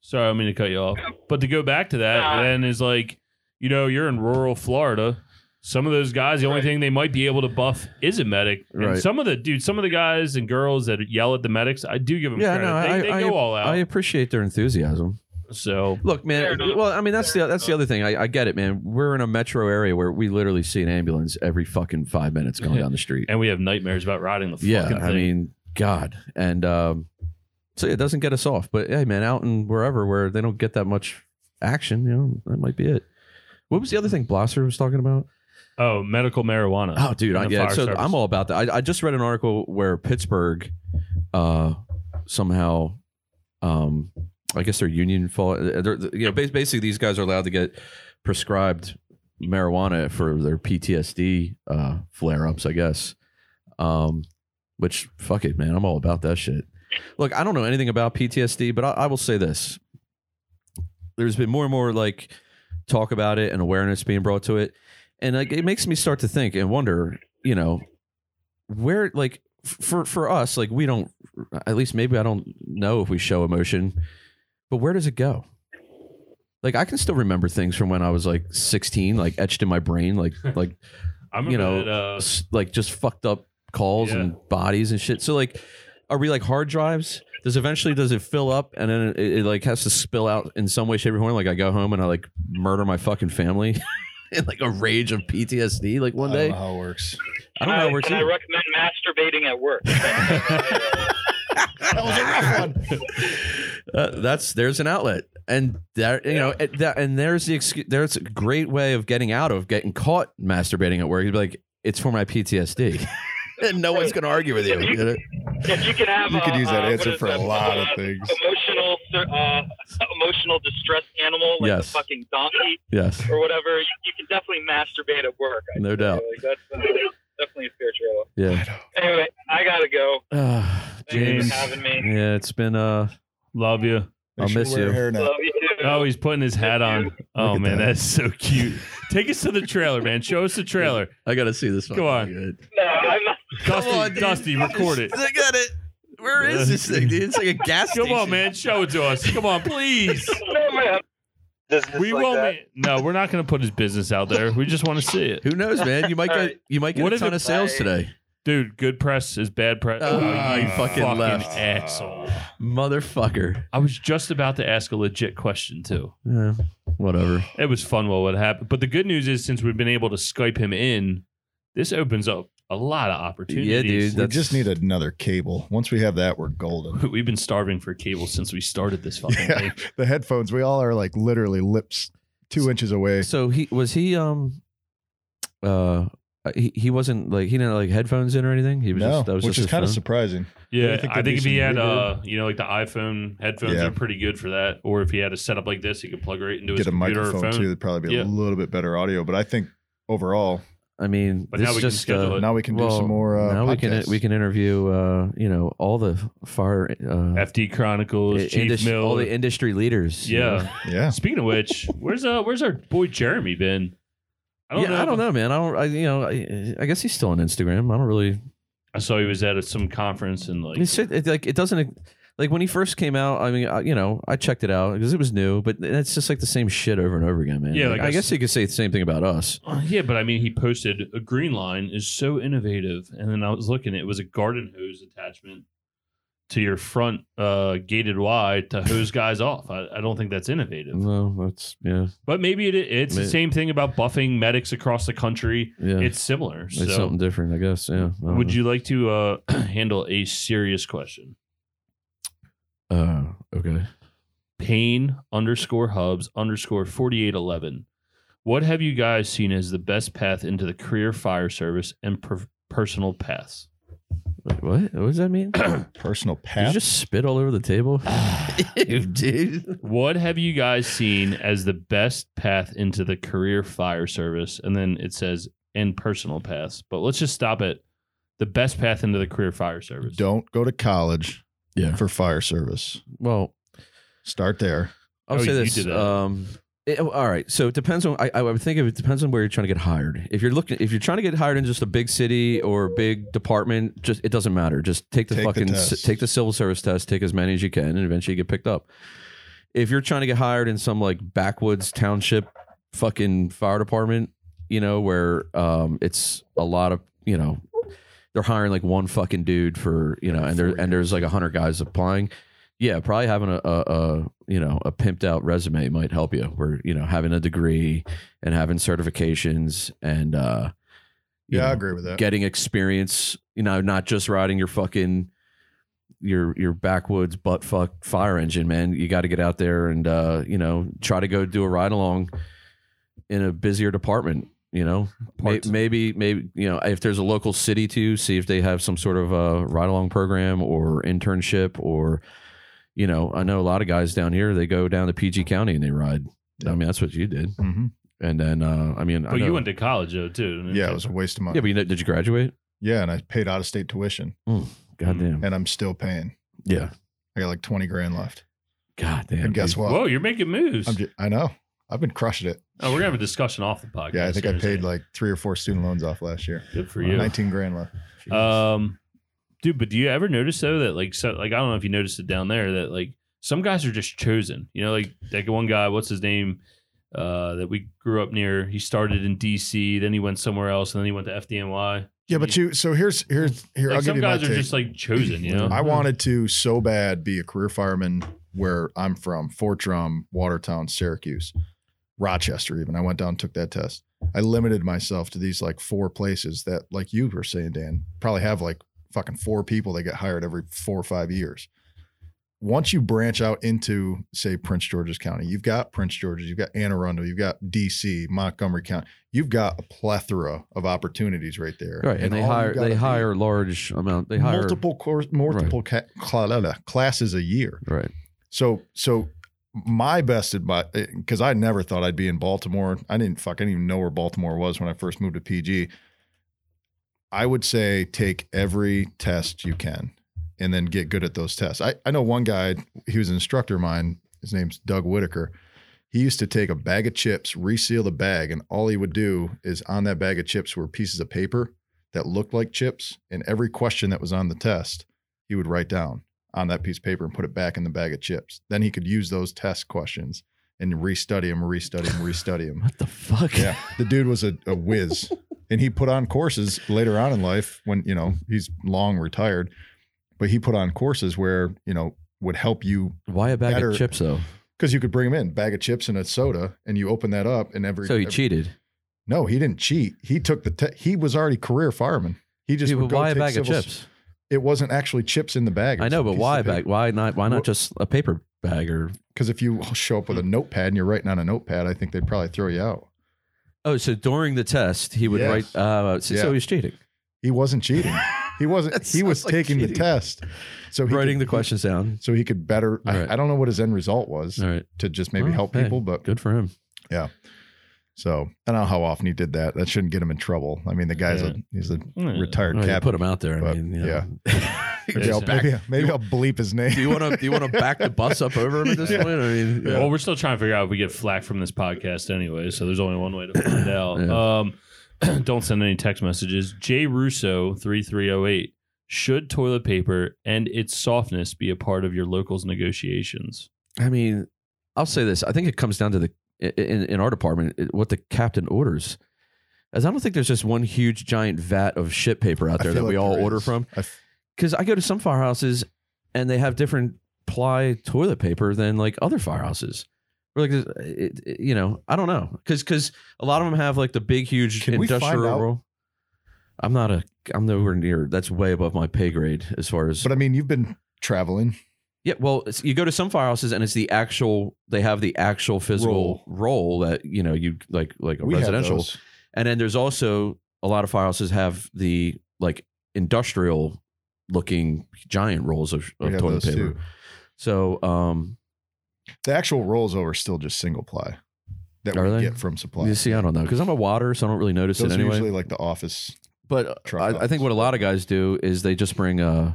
[SPEAKER 1] sorry, I mean to cut you off. But to go back to that,
[SPEAKER 5] Nah.
[SPEAKER 1] then is like, you know, you're in rural Florida. Some of those guys, the only
[SPEAKER 5] Right.
[SPEAKER 1] thing they might be able to buff is a medic. And
[SPEAKER 3] Right.
[SPEAKER 1] some of the dude, some of the guys and girls that yell at the medics, I do give them
[SPEAKER 3] Yeah,
[SPEAKER 1] credit.
[SPEAKER 3] no,
[SPEAKER 1] they,
[SPEAKER 3] I-
[SPEAKER 1] they
[SPEAKER 3] I-
[SPEAKER 1] go all out.
[SPEAKER 3] I appreciate their enthusiasm.
[SPEAKER 1] so
[SPEAKER 3] Look,
[SPEAKER 5] Fair
[SPEAKER 3] man.
[SPEAKER 5] enough.
[SPEAKER 3] Well, I mean, that's
[SPEAKER 5] Fair
[SPEAKER 3] the that's the other thing. I, I get it, man. We're in a metro area where we literally see an ambulance every fucking five minutes going down the street.
[SPEAKER 1] and we have nightmares about riding the
[SPEAKER 3] yeah,
[SPEAKER 1] fucking thing.
[SPEAKER 3] I mean, God, and um, so it doesn't get us off. But hey, man, out in wherever where they don't get that much action, you know, that might be it. What was the other thing Blosser was talking about?
[SPEAKER 1] oh, medical marijuana.
[SPEAKER 3] Oh, dude, I,
[SPEAKER 1] And the
[SPEAKER 3] yeah.
[SPEAKER 1] fire
[SPEAKER 3] So
[SPEAKER 1] service.
[SPEAKER 3] I'm all about that. I, I just read an article where Pittsburgh, uh, somehow, um, I guess their union fought. They're, you know, bas- basically these guys are allowed to get prescribed marijuana for their PTSD uh, flare ups, I guess. Um, which fuck it, man, I'm all about that shit. Look, I don't know anything about PTSD, but I, I will say this: there's been more and more like talk about it and awareness being brought to it and like it makes me start to think and wonder you know where like f- for for us like we don't at least maybe i don't know if we show emotion but where does it go like i can still remember things from when i was like 16 like etched in my brain like like
[SPEAKER 1] I remember
[SPEAKER 3] you know,
[SPEAKER 1] that, uh,
[SPEAKER 3] s- like just fucked up calls
[SPEAKER 1] Yeah.
[SPEAKER 3] and bodies and shit so like are we like hard drives does eventually does it fill up and then it, it like has to spill out in some way shape or form like i go home and i like murder my fucking family in like a rage of ptsd like one
[SPEAKER 2] I don't
[SPEAKER 3] day
[SPEAKER 2] know how it works.
[SPEAKER 3] I don't know.
[SPEAKER 5] I,
[SPEAKER 3] Where
[SPEAKER 5] can I recommend masturbating at work?
[SPEAKER 2] That was a rough one.
[SPEAKER 3] uh, that's there's an outlet, and there you know it- that, and there's the excuse, there's a great way of getting out of getting caught masturbating at work. You'd be like, it's for my PTSD, and no one's gonna argue with you. you know?
[SPEAKER 5] if you can have
[SPEAKER 2] You
[SPEAKER 5] uh,
[SPEAKER 2] could use that
[SPEAKER 5] uh, what
[SPEAKER 2] answer
[SPEAKER 5] is
[SPEAKER 2] for a
[SPEAKER 5] that?
[SPEAKER 2] lot of
[SPEAKER 5] Uh,
[SPEAKER 2] things.
[SPEAKER 5] emotional uh, emotional distress animal like
[SPEAKER 3] Yes.
[SPEAKER 5] a fucking donkey
[SPEAKER 3] Yes,
[SPEAKER 5] or whatever. You, you can definitely masturbate at work. I
[SPEAKER 3] no
[SPEAKER 5] think.
[SPEAKER 3] doubt.
[SPEAKER 5] Like, that's uh, definitely a fair trade-off.
[SPEAKER 3] Yeah,
[SPEAKER 5] Anyway, I gotta go.
[SPEAKER 3] uh,
[SPEAKER 5] Thank you
[SPEAKER 1] James.
[SPEAKER 5] for having me.
[SPEAKER 3] Yeah, it's been uh,
[SPEAKER 1] love you.
[SPEAKER 2] Make
[SPEAKER 3] I'll
[SPEAKER 2] sure
[SPEAKER 3] miss
[SPEAKER 2] wear
[SPEAKER 3] you.
[SPEAKER 2] hair net.
[SPEAKER 5] Love you too.
[SPEAKER 1] Oh, he's putting his hat on. Oh
[SPEAKER 2] at
[SPEAKER 1] man,
[SPEAKER 2] that.
[SPEAKER 1] that's so cute. Take us to the trailer, man. Show us the trailer.
[SPEAKER 3] I gotta see this.
[SPEAKER 1] Go
[SPEAKER 3] fucking Good.
[SPEAKER 5] No, I'm not-
[SPEAKER 1] Dusty,
[SPEAKER 3] on, dude.
[SPEAKER 1] Dusty, record it.
[SPEAKER 3] I got it. Where is this thing, dude? It's like a gas
[SPEAKER 1] Come
[SPEAKER 3] station.
[SPEAKER 1] on, man, show it to us. Come on, please.
[SPEAKER 5] no, man.
[SPEAKER 4] Business
[SPEAKER 1] We
[SPEAKER 4] like
[SPEAKER 1] won't.
[SPEAKER 4] that.
[SPEAKER 1] ma- no, we're not going to put his business out there. We just want to see it,
[SPEAKER 3] Who knows, man? You might
[SPEAKER 5] All
[SPEAKER 3] get
[SPEAKER 5] right.
[SPEAKER 3] you might get
[SPEAKER 1] What
[SPEAKER 3] a
[SPEAKER 1] if
[SPEAKER 3] ton
[SPEAKER 1] it-
[SPEAKER 3] of sales today.
[SPEAKER 1] dude. Good press is bad press.
[SPEAKER 2] Ah,
[SPEAKER 1] Ah,
[SPEAKER 3] Oh, you fucking left.
[SPEAKER 1] asshole.
[SPEAKER 3] Motherfucker.
[SPEAKER 1] I was just about to ask a legit question too.
[SPEAKER 3] Yeah, whatever.
[SPEAKER 1] It was fun while it happened, but the good news is since we've been able to Skype him in, this opens up a lot of opportunities.
[SPEAKER 3] Yeah, dude.
[SPEAKER 2] We
[SPEAKER 3] That's-
[SPEAKER 2] just need another cable. Once we have that, we're golden.
[SPEAKER 1] We've been starving for cable since we started this fucking
[SPEAKER 2] Yeah.
[SPEAKER 1] thing.
[SPEAKER 2] The headphones, we all are like literally lips two inches away.
[SPEAKER 3] So he was he um uh he, he wasn't like he didn't have like headphones in or anything. He was
[SPEAKER 2] No,
[SPEAKER 3] just that was
[SPEAKER 2] which
[SPEAKER 3] just
[SPEAKER 2] is
[SPEAKER 3] his
[SPEAKER 2] kind of
[SPEAKER 3] phone?
[SPEAKER 2] surprising.
[SPEAKER 1] Yeah,
[SPEAKER 2] think
[SPEAKER 1] I
[SPEAKER 2] there'd be
[SPEAKER 1] think if he
[SPEAKER 2] some
[SPEAKER 1] had
[SPEAKER 2] weirdo-
[SPEAKER 1] uh, you know, like the iPhone headphones
[SPEAKER 2] Yeah.
[SPEAKER 1] are pretty good for that. Or if he had a setup like this, he could plug right into his
[SPEAKER 2] Get a
[SPEAKER 1] computer or
[SPEAKER 2] microphone
[SPEAKER 1] phone.
[SPEAKER 2] too. That'd probably be
[SPEAKER 1] Yeah.
[SPEAKER 2] a little bit better audio. But I think overall,
[SPEAKER 3] I mean,
[SPEAKER 1] But
[SPEAKER 3] this
[SPEAKER 1] now we
[SPEAKER 3] is
[SPEAKER 1] can
[SPEAKER 3] just,
[SPEAKER 1] schedule
[SPEAKER 3] uh,
[SPEAKER 1] it.
[SPEAKER 2] now we can do
[SPEAKER 3] well,
[SPEAKER 2] some more. Uh,
[SPEAKER 3] now we can
[SPEAKER 2] podcasts.
[SPEAKER 3] we can interview uh you know all the fire uh,
[SPEAKER 1] FD Chronicles,
[SPEAKER 3] i-
[SPEAKER 1] Chief
[SPEAKER 3] indus-
[SPEAKER 1] Mill.
[SPEAKER 3] all the industry leaders. you know?
[SPEAKER 1] yeah.
[SPEAKER 2] Yeah.
[SPEAKER 1] Speaking of which, where's uh where's our boy Jeremy been? I don't
[SPEAKER 3] yeah,
[SPEAKER 1] know.
[SPEAKER 3] I don't know, man. I don't. I, you know, I, I guess he's still on Instagram. I don't really.
[SPEAKER 1] I saw he was at some conference and like
[SPEAKER 3] It's it, like it doesn't like when he first came out. I mean, I, you know, I checked it out because it was new, but it's just like the same shit over and over again, man.
[SPEAKER 1] Yeah, like
[SPEAKER 3] I
[SPEAKER 1] I
[SPEAKER 3] guess
[SPEAKER 1] s-
[SPEAKER 3] you could say the same thing about us.
[SPEAKER 1] Uh, yeah, but I mean, he posted a green line is so innovative, and then I was looking, it was a garden hose attachment to your front uh, gated Y to hose guys off. I, I don't think that's innovative,
[SPEAKER 3] No, that's yeah,
[SPEAKER 1] but maybe it, it's
[SPEAKER 3] Ma-
[SPEAKER 1] the same thing about buffing medics across the country.
[SPEAKER 3] yeah. It's,
[SPEAKER 1] It's similar.
[SPEAKER 3] something
[SPEAKER 1] So,
[SPEAKER 3] different, I guess. Yeah. I don't
[SPEAKER 1] would
[SPEAKER 3] know.
[SPEAKER 1] you like to uh, handle a serious question?
[SPEAKER 3] Uh, okay.
[SPEAKER 1] Kane underscore hubs underscore 4811. What have you guys seen as the best path into the career fire service and per- personal paths?
[SPEAKER 3] Wait, what? What does that mean? Did
[SPEAKER 2] Personal
[SPEAKER 3] you
[SPEAKER 2] path.
[SPEAKER 3] just spit all over the table? Ew, dude.
[SPEAKER 1] What have you guys seen as the best path into the career fire service? And then it says and personal paths, but let's just stop at the best path into the career fire service.
[SPEAKER 2] Don't go to college
[SPEAKER 3] Yeah.
[SPEAKER 2] for fire service.
[SPEAKER 3] Well,
[SPEAKER 2] Start there.
[SPEAKER 3] I'll
[SPEAKER 1] Oh,
[SPEAKER 3] say
[SPEAKER 1] you
[SPEAKER 3] this.
[SPEAKER 1] did that.
[SPEAKER 3] Um, it- oh, all right. So it depends on. I, I would think it depends on where you're trying to get hired. If you're looking, if you're trying to get hired in just a big city or a big department, just it doesn't matter. Just take the
[SPEAKER 2] Take the
[SPEAKER 3] fucking s-
[SPEAKER 2] test.
[SPEAKER 3] take the civil service test. Take as many as you can, and eventually you get picked up. If you're trying to get hired in some like backwoods township, fucking fire department, you know where um it's a lot of you know they're hiring like one fucking dude for you know and there and there's like a hundred guys applying. Yeah, probably having a, a, a you know a pimped out resume might help you. Where you know having a degree and having certifications and uh, you
[SPEAKER 2] Yeah, I
[SPEAKER 3] know,
[SPEAKER 2] agree with that.
[SPEAKER 3] getting experience. You know, not just riding your fucking your your backwoods butt fuck fire engine, man. You got to get out there and uh, you know try to go do a ride along in a busier department. You know, May-
[SPEAKER 1] Parts.
[SPEAKER 3] maybe maybe you know if there's a local city to you, see if they have some sort of a ride along program or internship or you know I know a lot of guys down here they go down to PG County and they ride. I mean that's what you did,
[SPEAKER 2] Mm-hmm.
[SPEAKER 3] and then uh, I mean I
[SPEAKER 1] But
[SPEAKER 3] know-
[SPEAKER 1] you went to college though too.
[SPEAKER 2] Yeah, it was a waste of money.
[SPEAKER 3] yeah, but you know, did you graduate?
[SPEAKER 2] yeah, and I paid out of state tuition,
[SPEAKER 1] Mm-hmm.
[SPEAKER 3] Goddamn,
[SPEAKER 2] and I'm still paying.
[SPEAKER 3] yeah,
[SPEAKER 2] I got like 20 grand left.
[SPEAKER 3] goddamn.
[SPEAKER 2] and guess
[SPEAKER 3] dude.
[SPEAKER 2] what?
[SPEAKER 1] Whoa, you're making moves.
[SPEAKER 2] I'm ju- I know. I've been crushing it.
[SPEAKER 1] oh, we're gonna have a discussion off the podcast.
[SPEAKER 2] Yeah, I think I
[SPEAKER 1] seriously.
[SPEAKER 2] paid like three or four student loans off last year.
[SPEAKER 1] good for you.
[SPEAKER 2] 19 grand left.
[SPEAKER 1] Um, dude, but do you ever notice though that like so like I don't know if you noticed it down there that like some guys are just chosen. You know, like like one guy, what's his name, uh, that we grew up near. He started in D.C., then he went somewhere else, and then he went to FDNY.
[SPEAKER 2] Yeah, but you. So here's here's here.
[SPEAKER 1] Like
[SPEAKER 2] I'll give
[SPEAKER 1] some
[SPEAKER 2] you my
[SPEAKER 1] guys are
[SPEAKER 2] take.
[SPEAKER 1] just like chosen. You know,
[SPEAKER 3] Hmm.
[SPEAKER 2] I wanted to so bad be a career fireman where I'm from, Fort Drum, Watertown, Syracuse, Rochester. Even I went down, and took that test. I limited myself to these like four places that, like you were saying, Dan, probably have like fucking four people that get hired every four or five years. Once you branch out into, say, Prince George's County, you've got Prince George's, you've got Anne Arundel, you've got DC, Montgomery County, you've got a plethora of opportunities right there.
[SPEAKER 3] Right, and, they
[SPEAKER 2] all you
[SPEAKER 3] hire
[SPEAKER 2] gotta
[SPEAKER 3] they
[SPEAKER 2] do-
[SPEAKER 3] hire large amount. They hire
[SPEAKER 2] multiple course, multiple ca- cla- la- la- classes a year.
[SPEAKER 3] Right.
[SPEAKER 2] So so my best advice because I never thought I'd be in Baltimore. I didn't fuck. I didn't even know where Baltimore was when I first moved to PG. I would say take every test you can, and then get good at those tests. I I know one guy. He was an instructor of mine. His name's Doug Whitaker. He used to take a bag of chips, reseal the bag, and all he would do is on that bag of chips were pieces of paper that looked like chips, and every question that was on the test, he would write down on that piece of paper and put it back in the bag of chips. Then he could use those test questions and restudy them, restudy them, restudy them.
[SPEAKER 3] What the fuck?
[SPEAKER 2] Yeah, the dude was a, a whiz, and he put on courses later on in life when you know he's long retired, but he put on courses where you know would help you
[SPEAKER 3] Why a bag
[SPEAKER 2] Better-
[SPEAKER 3] of chips though?
[SPEAKER 2] because you could bring them in bag of chips and a soda, and you open that up and every
[SPEAKER 3] So he
[SPEAKER 2] every-
[SPEAKER 3] cheated.
[SPEAKER 2] No, he didn't cheat. He took the te- he was already career fireman. He just
[SPEAKER 3] Dude,
[SPEAKER 2] would
[SPEAKER 3] but
[SPEAKER 2] go
[SPEAKER 3] why a
[SPEAKER 2] take
[SPEAKER 3] bag of
[SPEAKER 2] civil-
[SPEAKER 3] chips?
[SPEAKER 2] It wasn't actually chips in the bag.
[SPEAKER 3] I know, but why a bag? Why not? Why not just a paper bag or?
[SPEAKER 2] Because if you show up with
[SPEAKER 3] Hmm.
[SPEAKER 2] a notepad and you're writing on a notepad, I think they'd probably throw you out.
[SPEAKER 3] Oh, so during the test he would
[SPEAKER 2] Yeah.
[SPEAKER 3] write. Uh, so, so
[SPEAKER 2] Yeah.
[SPEAKER 3] he's cheating,
[SPEAKER 2] He wasn't cheating. He wasn't.
[SPEAKER 3] That
[SPEAKER 2] he was
[SPEAKER 3] sounds like
[SPEAKER 2] taking the
[SPEAKER 3] cheating.
[SPEAKER 2] test. So he
[SPEAKER 3] writing
[SPEAKER 2] could-
[SPEAKER 3] the questions down.
[SPEAKER 2] So he could better. I,
[SPEAKER 3] All right.
[SPEAKER 2] I don't know what his end result was
[SPEAKER 3] All right,
[SPEAKER 2] to just maybe
[SPEAKER 3] Well,
[SPEAKER 2] help
[SPEAKER 3] hey.
[SPEAKER 2] people, but
[SPEAKER 3] good for him.
[SPEAKER 2] so I don't know how often he did that. That shouldn't get him in trouble. I mean, the guy's a he's a
[SPEAKER 1] Yeah.
[SPEAKER 2] retired
[SPEAKER 3] Well, Oh, you
[SPEAKER 2] captain.
[SPEAKER 3] put him out there. I
[SPEAKER 2] but,
[SPEAKER 3] mean, you
[SPEAKER 2] yeah.
[SPEAKER 3] know.
[SPEAKER 2] Maybe I'll,
[SPEAKER 1] back-
[SPEAKER 2] maybe, maybe I'll bleep his name.
[SPEAKER 3] do you want to? Do you want to back the bus up over him at this
[SPEAKER 2] Yeah.
[SPEAKER 3] point? I mean,
[SPEAKER 1] Well, we're still trying to figure out if we get flack from this podcast anyway, so there's only one way to find out. Um, don't send any text messages. Jay Russo three three zero eight. Should toilet paper and its softness be a part of your locals' negotiations?
[SPEAKER 3] I mean, I'll say this. I think it comes down to the in in our department it- what the captain orders. As I don't think there's just one huge giant vat of shit paper out
[SPEAKER 2] I
[SPEAKER 3] there
[SPEAKER 2] feel
[SPEAKER 3] that we
[SPEAKER 2] like
[SPEAKER 3] all
[SPEAKER 2] there
[SPEAKER 3] order
[SPEAKER 2] is.
[SPEAKER 3] from.
[SPEAKER 2] I f-
[SPEAKER 3] Because I go to some firehouses and they have different ply toilet paper than like other firehouses. Or like, it, it- you know, I don't know. Because because a lot of them have like the big huge
[SPEAKER 2] Can we find
[SPEAKER 3] industrial.
[SPEAKER 2] out-
[SPEAKER 3] roll. I'm not a. I'm nowhere near. That's way above my pay grade as far as.
[SPEAKER 2] But I mean, you've been traveling.
[SPEAKER 3] Yeah, well, it's- you go to some firehouses and it's the actual. They have the actual physical
[SPEAKER 2] Roll.
[SPEAKER 3] roll that you know you like like a
[SPEAKER 2] We have
[SPEAKER 3] residential.
[SPEAKER 2] those.
[SPEAKER 3] And then there's also a lot of firehouses have the like industrial looking giant rolls of,
[SPEAKER 2] We
[SPEAKER 3] of
[SPEAKER 2] have
[SPEAKER 3] toilet
[SPEAKER 2] those
[SPEAKER 3] paper.
[SPEAKER 2] too.
[SPEAKER 3] So um,
[SPEAKER 2] The actual rolls over still just single ply that
[SPEAKER 3] Are
[SPEAKER 2] we
[SPEAKER 3] they?
[SPEAKER 2] get from supply.
[SPEAKER 3] you see, I don't know because I'm a water, so I don't really notice
[SPEAKER 2] Those
[SPEAKER 3] it
[SPEAKER 2] are
[SPEAKER 3] anyway.
[SPEAKER 2] usually like the office.
[SPEAKER 3] But uh,
[SPEAKER 2] truck
[SPEAKER 3] I, I think
[SPEAKER 2] offs.
[SPEAKER 3] what a lot of guys do is they just bring uh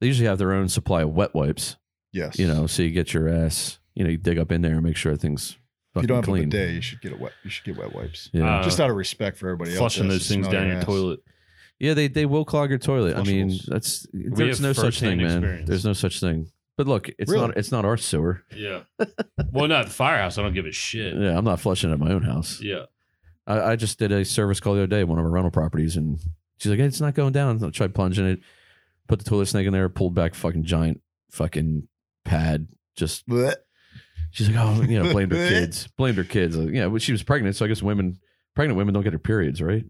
[SPEAKER 3] they usually have their own supply of wet wipes,
[SPEAKER 2] Yes.
[SPEAKER 3] you know, so you get your ass, you know, you dig up in there and make sure everything's
[SPEAKER 2] if you don't have
[SPEAKER 3] fucking
[SPEAKER 2] a
[SPEAKER 3] clean.
[SPEAKER 2] bidet, you should get a wet. You should get wet wipes.
[SPEAKER 3] Yeah.
[SPEAKER 1] Uh,
[SPEAKER 2] just out of respect for everybody
[SPEAKER 1] flushing
[SPEAKER 2] else.
[SPEAKER 1] those things down your toilet.
[SPEAKER 3] yeah, they they will clog your toilet. I mean,
[SPEAKER 2] Flushables.
[SPEAKER 3] that's there's
[SPEAKER 1] have
[SPEAKER 3] no such
[SPEAKER 1] firsthand
[SPEAKER 3] thing, man.
[SPEAKER 1] experience.
[SPEAKER 3] There's no such thing. But look, it's
[SPEAKER 2] Really?
[SPEAKER 3] not it's not our sewer.
[SPEAKER 1] Yeah. well, not the firehouse. I don't give a shit. Yeah.
[SPEAKER 3] Yeah, I'm not flushing at my own house. I, I just did a service call the other day at one of our rental properties, and she's like, hey, "It's not going down." I tried plunging it, put the toilet snake in there, pulled back fuking giant fucking pad, just
[SPEAKER 2] Blech.
[SPEAKER 3] She's like, oh, you know, blamed her kids, blamed her kids. Like, yeah, well, she was pregnant, so I guess women, pregnant women don't get their periods, right?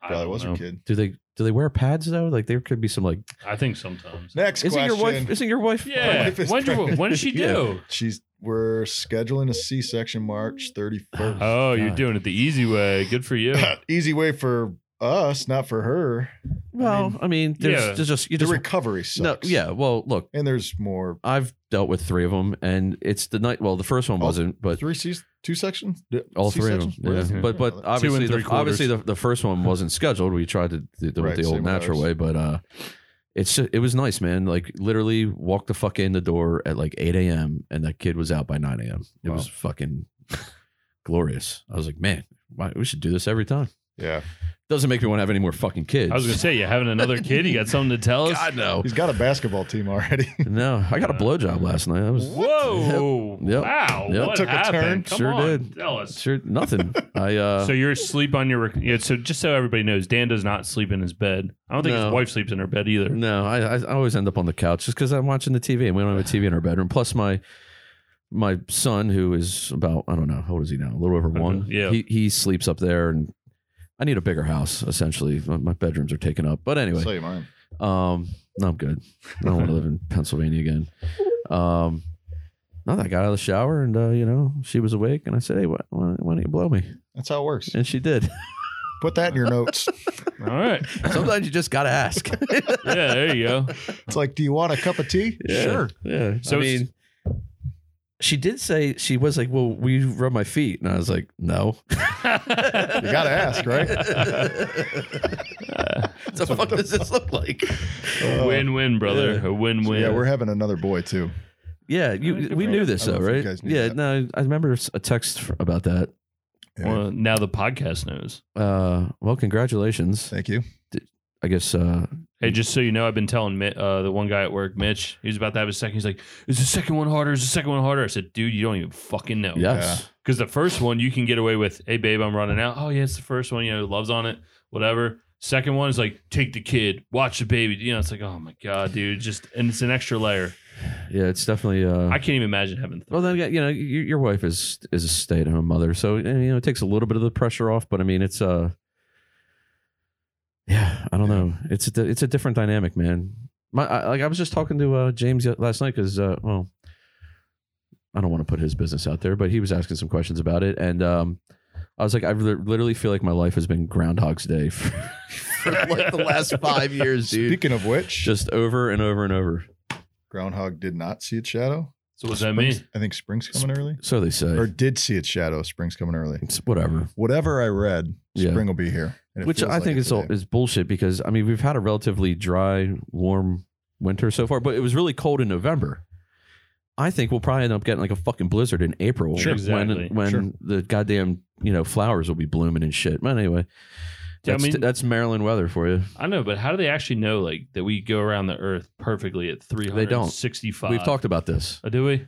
[SPEAKER 1] I
[SPEAKER 2] Probably
[SPEAKER 1] don't
[SPEAKER 2] was
[SPEAKER 1] know.
[SPEAKER 2] a kid.
[SPEAKER 3] Do they? Do they wear pads though? Like there could be some like,
[SPEAKER 1] I think sometimes.
[SPEAKER 2] Next
[SPEAKER 3] isn't
[SPEAKER 2] question.
[SPEAKER 3] your wife? Isn't your wife?
[SPEAKER 1] Yeah.
[SPEAKER 2] wife is
[SPEAKER 1] When's your-
[SPEAKER 2] pregnant.
[SPEAKER 1] when did she do?
[SPEAKER 2] She's we're scheduling a C-section
[SPEAKER 3] Mm.
[SPEAKER 2] March 31st.
[SPEAKER 1] Oh, you're
[SPEAKER 3] God.
[SPEAKER 1] doing it the easy way. Good for you.
[SPEAKER 3] Uh,
[SPEAKER 2] Easy way for us, not for her.
[SPEAKER 3] Well, I
[SPEAKER 2] I
[SPEAKER 3] mean,
[SPEAKER 2] mean-
[SPEAKER 3] there's,
[SPEAKER 1] Yeah.
[SPEAKER 3] there's just you
[SPEAKER 2] The
[SPEAKER 3] just
[SPEAKER 2] recovery
[SPEAKER 3] no,
[SPEAKER 2] sucks.
[SPEAKER 3] yeah. Well, look,
[SPEAKER 2] And there's more.
[SPEAKER 3] I've dealt with three of them, and it's the night. Well, the first one
[SPEAKER 2] All
[SPEAKER 3] wasn't, but
[SPEAKER 2] three C's, two sections? Yeah,
[SPEAKER 3] all three of them.
[SPEAKER 2] C-sections? Where is
[SPEAKER 3] Yeah.
[SPEAKER 2] it?
[SPEAKER 3] But but
[SPEAKER 1] and
[SPEAKER 3] obviously,
[SPEAKER 1] three
[SPEAKER 3] the,
[SPEAKER 1] quarters.
[SPEAKER 3] obviously the, the first one wasn't scheduled. We tried to do it
[SPEAKER 2] Right,
[SPEAKER 3] the old
[SPEAKER 2] same with
[SPEAKER 3] natural
[SPEAKER 2] ours.
[SPEAKER 3] way, but uh, it's ju- it was nice, man. Like literally, walked the fuck in the door at like eight a.m. and that kid was out by nine a.m. It was fucking glorious. I was like, man, why, we should do this every time.
[SPEAKER 2] yeah.
[SPEAKER 3] Doesn't make me want to have any more fucking kids.
[SPEAKER 1] I was gonna say you having another kid. You got something to tell us?
[SPEAKER 3] God no,
[SPEAKER 2] He's got a basketball team already.
[SPEAKER 3] no. I got a blowjob last night. I was
[SPEAKER 1] Whoa!
[SPEAKER 3] Yep.
[SPEAKER 1] Wow!
[SPEAKER 3] Yep.
[SPEAKER 1] What
[SPEAKER 2] Took a
[SPEAKER 1] happened?
[SPEAKER 2] turn.
[SPEAKER 1] Come
[SPEAKER 3] Sure
[SPEAKER 1] on,
[SPEAKER 3] did.
[SPEAKER 1] Tell us.
[SPEAKER 3] sure nothing. I uh,
[SPEAKER 1] So you're asleep on your. Rec- yeah, so just so everybody knows, Dan does not sleep in his bed. I don't think
[SPEAKER 3] No.
[SPEAKER 1] his wife sleeps in her bed either.
[SPEAKER 3] No, I, I I always end up on the couch just because I'm watching the TV and we don't have a TV in our bedroom. Plus my my son who is about I don't know how old is he now a little over one.
[SPEAKER 1] yeah.
[SPEAKER 3] he he sleeps up there and I need a bigger house essentially. My, my bedrooms are taken up. But anyway,
[SPEAKER 2] Say mine.
[SPEAKER 3] um, no, I'm good. I don't want to live in Pennsylvania again. Um, no, I got out of the shower and uh, you know she was awake and I said, hey, why, why, why don't you blow me?
[SPEAKER 2] That's how it works.
[SPEAKER 3] And she did.
[SPEAKER 2] Put that in your notes.
[SPEAKER 1] All right.
[SPEAKER 3] Sometimes you just gotta ask.
[SPEAKER 1] Yeah, there you go.
[SPEAKER 2] It's like, do you want a cup of tea?
[SPEAKER 3] Yeah. Yeah.
[SPEAKER 1] So
[SPEAKER 3] I
[SPEAKER 1] it's-
[SPEAKER 3] mean, she did say she was like, "Well, we rub my feet," and I was like, "No."
[SPEAKER 2] You gotta ask, right?
[SPEAKER 1] Uh,
[SPEAKER 3] so what does this look like?
[SPEAKER 2] Uh,
[SPEAKER 1] Win-win, brother.
[SPEAKER 3] yeah.
[SPEAKER 1] A
[SPEAKER 2] so
[SPEAKER 1] win-win.
[SPEAKER 2] yeah, we're having another boy too.
[SPEAKER 3] Yeah, you. We knew this
[SPEAKER 2] I don't
[SPEAKER 3] though,
[SPEAKER 2] know if you
[SPEAKER 3] right?
[SPEAKER 2] guys knew
[SPEAKER 3] Yeah.
[SPEAKER 2] that.
[SPEAKER 3] No, I remember a text f- about that.
[SPEAKER 1] Well, now the podcast knows.
[SPEAKER 3] Uh, well, congratulations.
[SPEAKER 2] Thank you.
[SPEAKER 3] I guess.
[SPEAKER 2] Oh,
[SPEAKER 3] Uh,
[SPEAKER 1] Hey, just so you know, I've been telling Mi- uh, the one guy at work, Mitch. He was about to have his second. He's like, "Is the second one harder? Is the second one harder?" I said, "Dude, you don't even fucking know."
[SPEAKER 3] yes.
[SPEAKER 1] Because the first one you can get away with, hey babe, I'm running out. Oh yeah, it's the first one, you know, loves on it, whatever. Second one is like, take the kid, watch the baby. You know, it's like, oh my god, dude, just and it's an extra layer.
[SPEAKER 3] Yeah, it's definitely. Uh,
[SPEAKER 1] I can't even imagine having. Th-
[SPEAKER 3] well, then again, you know, your, your wife is is a stay at home mother, so eh, you know it takes a little bit of the pressure off. But I mean, it's uh, yeah, I don't know. It's a, di- it's a different dynamic, man. My I, like I was just talking to uh, James y- last night because uh, well, I don't want to put his business out there, but he was asking some questions about it, and um, I was like, I li- literally feel like my life has been Groundhog's Day for, for like the last five years, dude.
[SPEAKER 2] Speaking of which,
[SPEAKER 3] Just over and over and over.
[SPEAKER 2] Groundhog did not see its shadow.
[SPEAKER 1] so what does that mean?
[SPEAKER 2] I think spring's coming early,
[SPEAKER 3] So they say.
[SPEAKER 2] or did see its shadow. Spring's coming early.
[SPEAKER 3] it's whatever.
[SPEAKER 2] Whatever I read,
[SPEAKER 3] Yeah.
[SPEAKER 2] spring will be here, and it
[SPEAKER 3] which
[SPEAKER 2] feels
[SPEAKER 3] I
[SPEAKER 2] like
[SPEAKER 3] think
[SPEAKER 2] it
[SPEAKER 3] is all,
[SPEAKER 2] today.
[SPEAKER 3] is bullshit because I mean we've had a relatively dry, warm winter so far, but it was really cold in November. I think we'll probably end up getting like a fucking blizzard in April
[SPEAKER 1] Sure.
[SPEAKER 3] when
[SPEAKER 1] Exactly.
[SPEAKER 3] when
[SPEAKER 2] Sure.
[SPEAKER 3] the goddamn you know flowers will be blooming and shit. But anyway,
[SPEAKER 1] Yeah, I
[SPEAKER 3] that's,
[SPEAKER 1] mean-
[SPEAKER 3] that's Maryland weather for you.
[SPEAKER 1] I know, but how do they actually know like that we go around the Earth perfectly at three hundred sixty-five?
[SPEAKER 3] We've talked about this.
[SPEAKER 1] Oh, do we?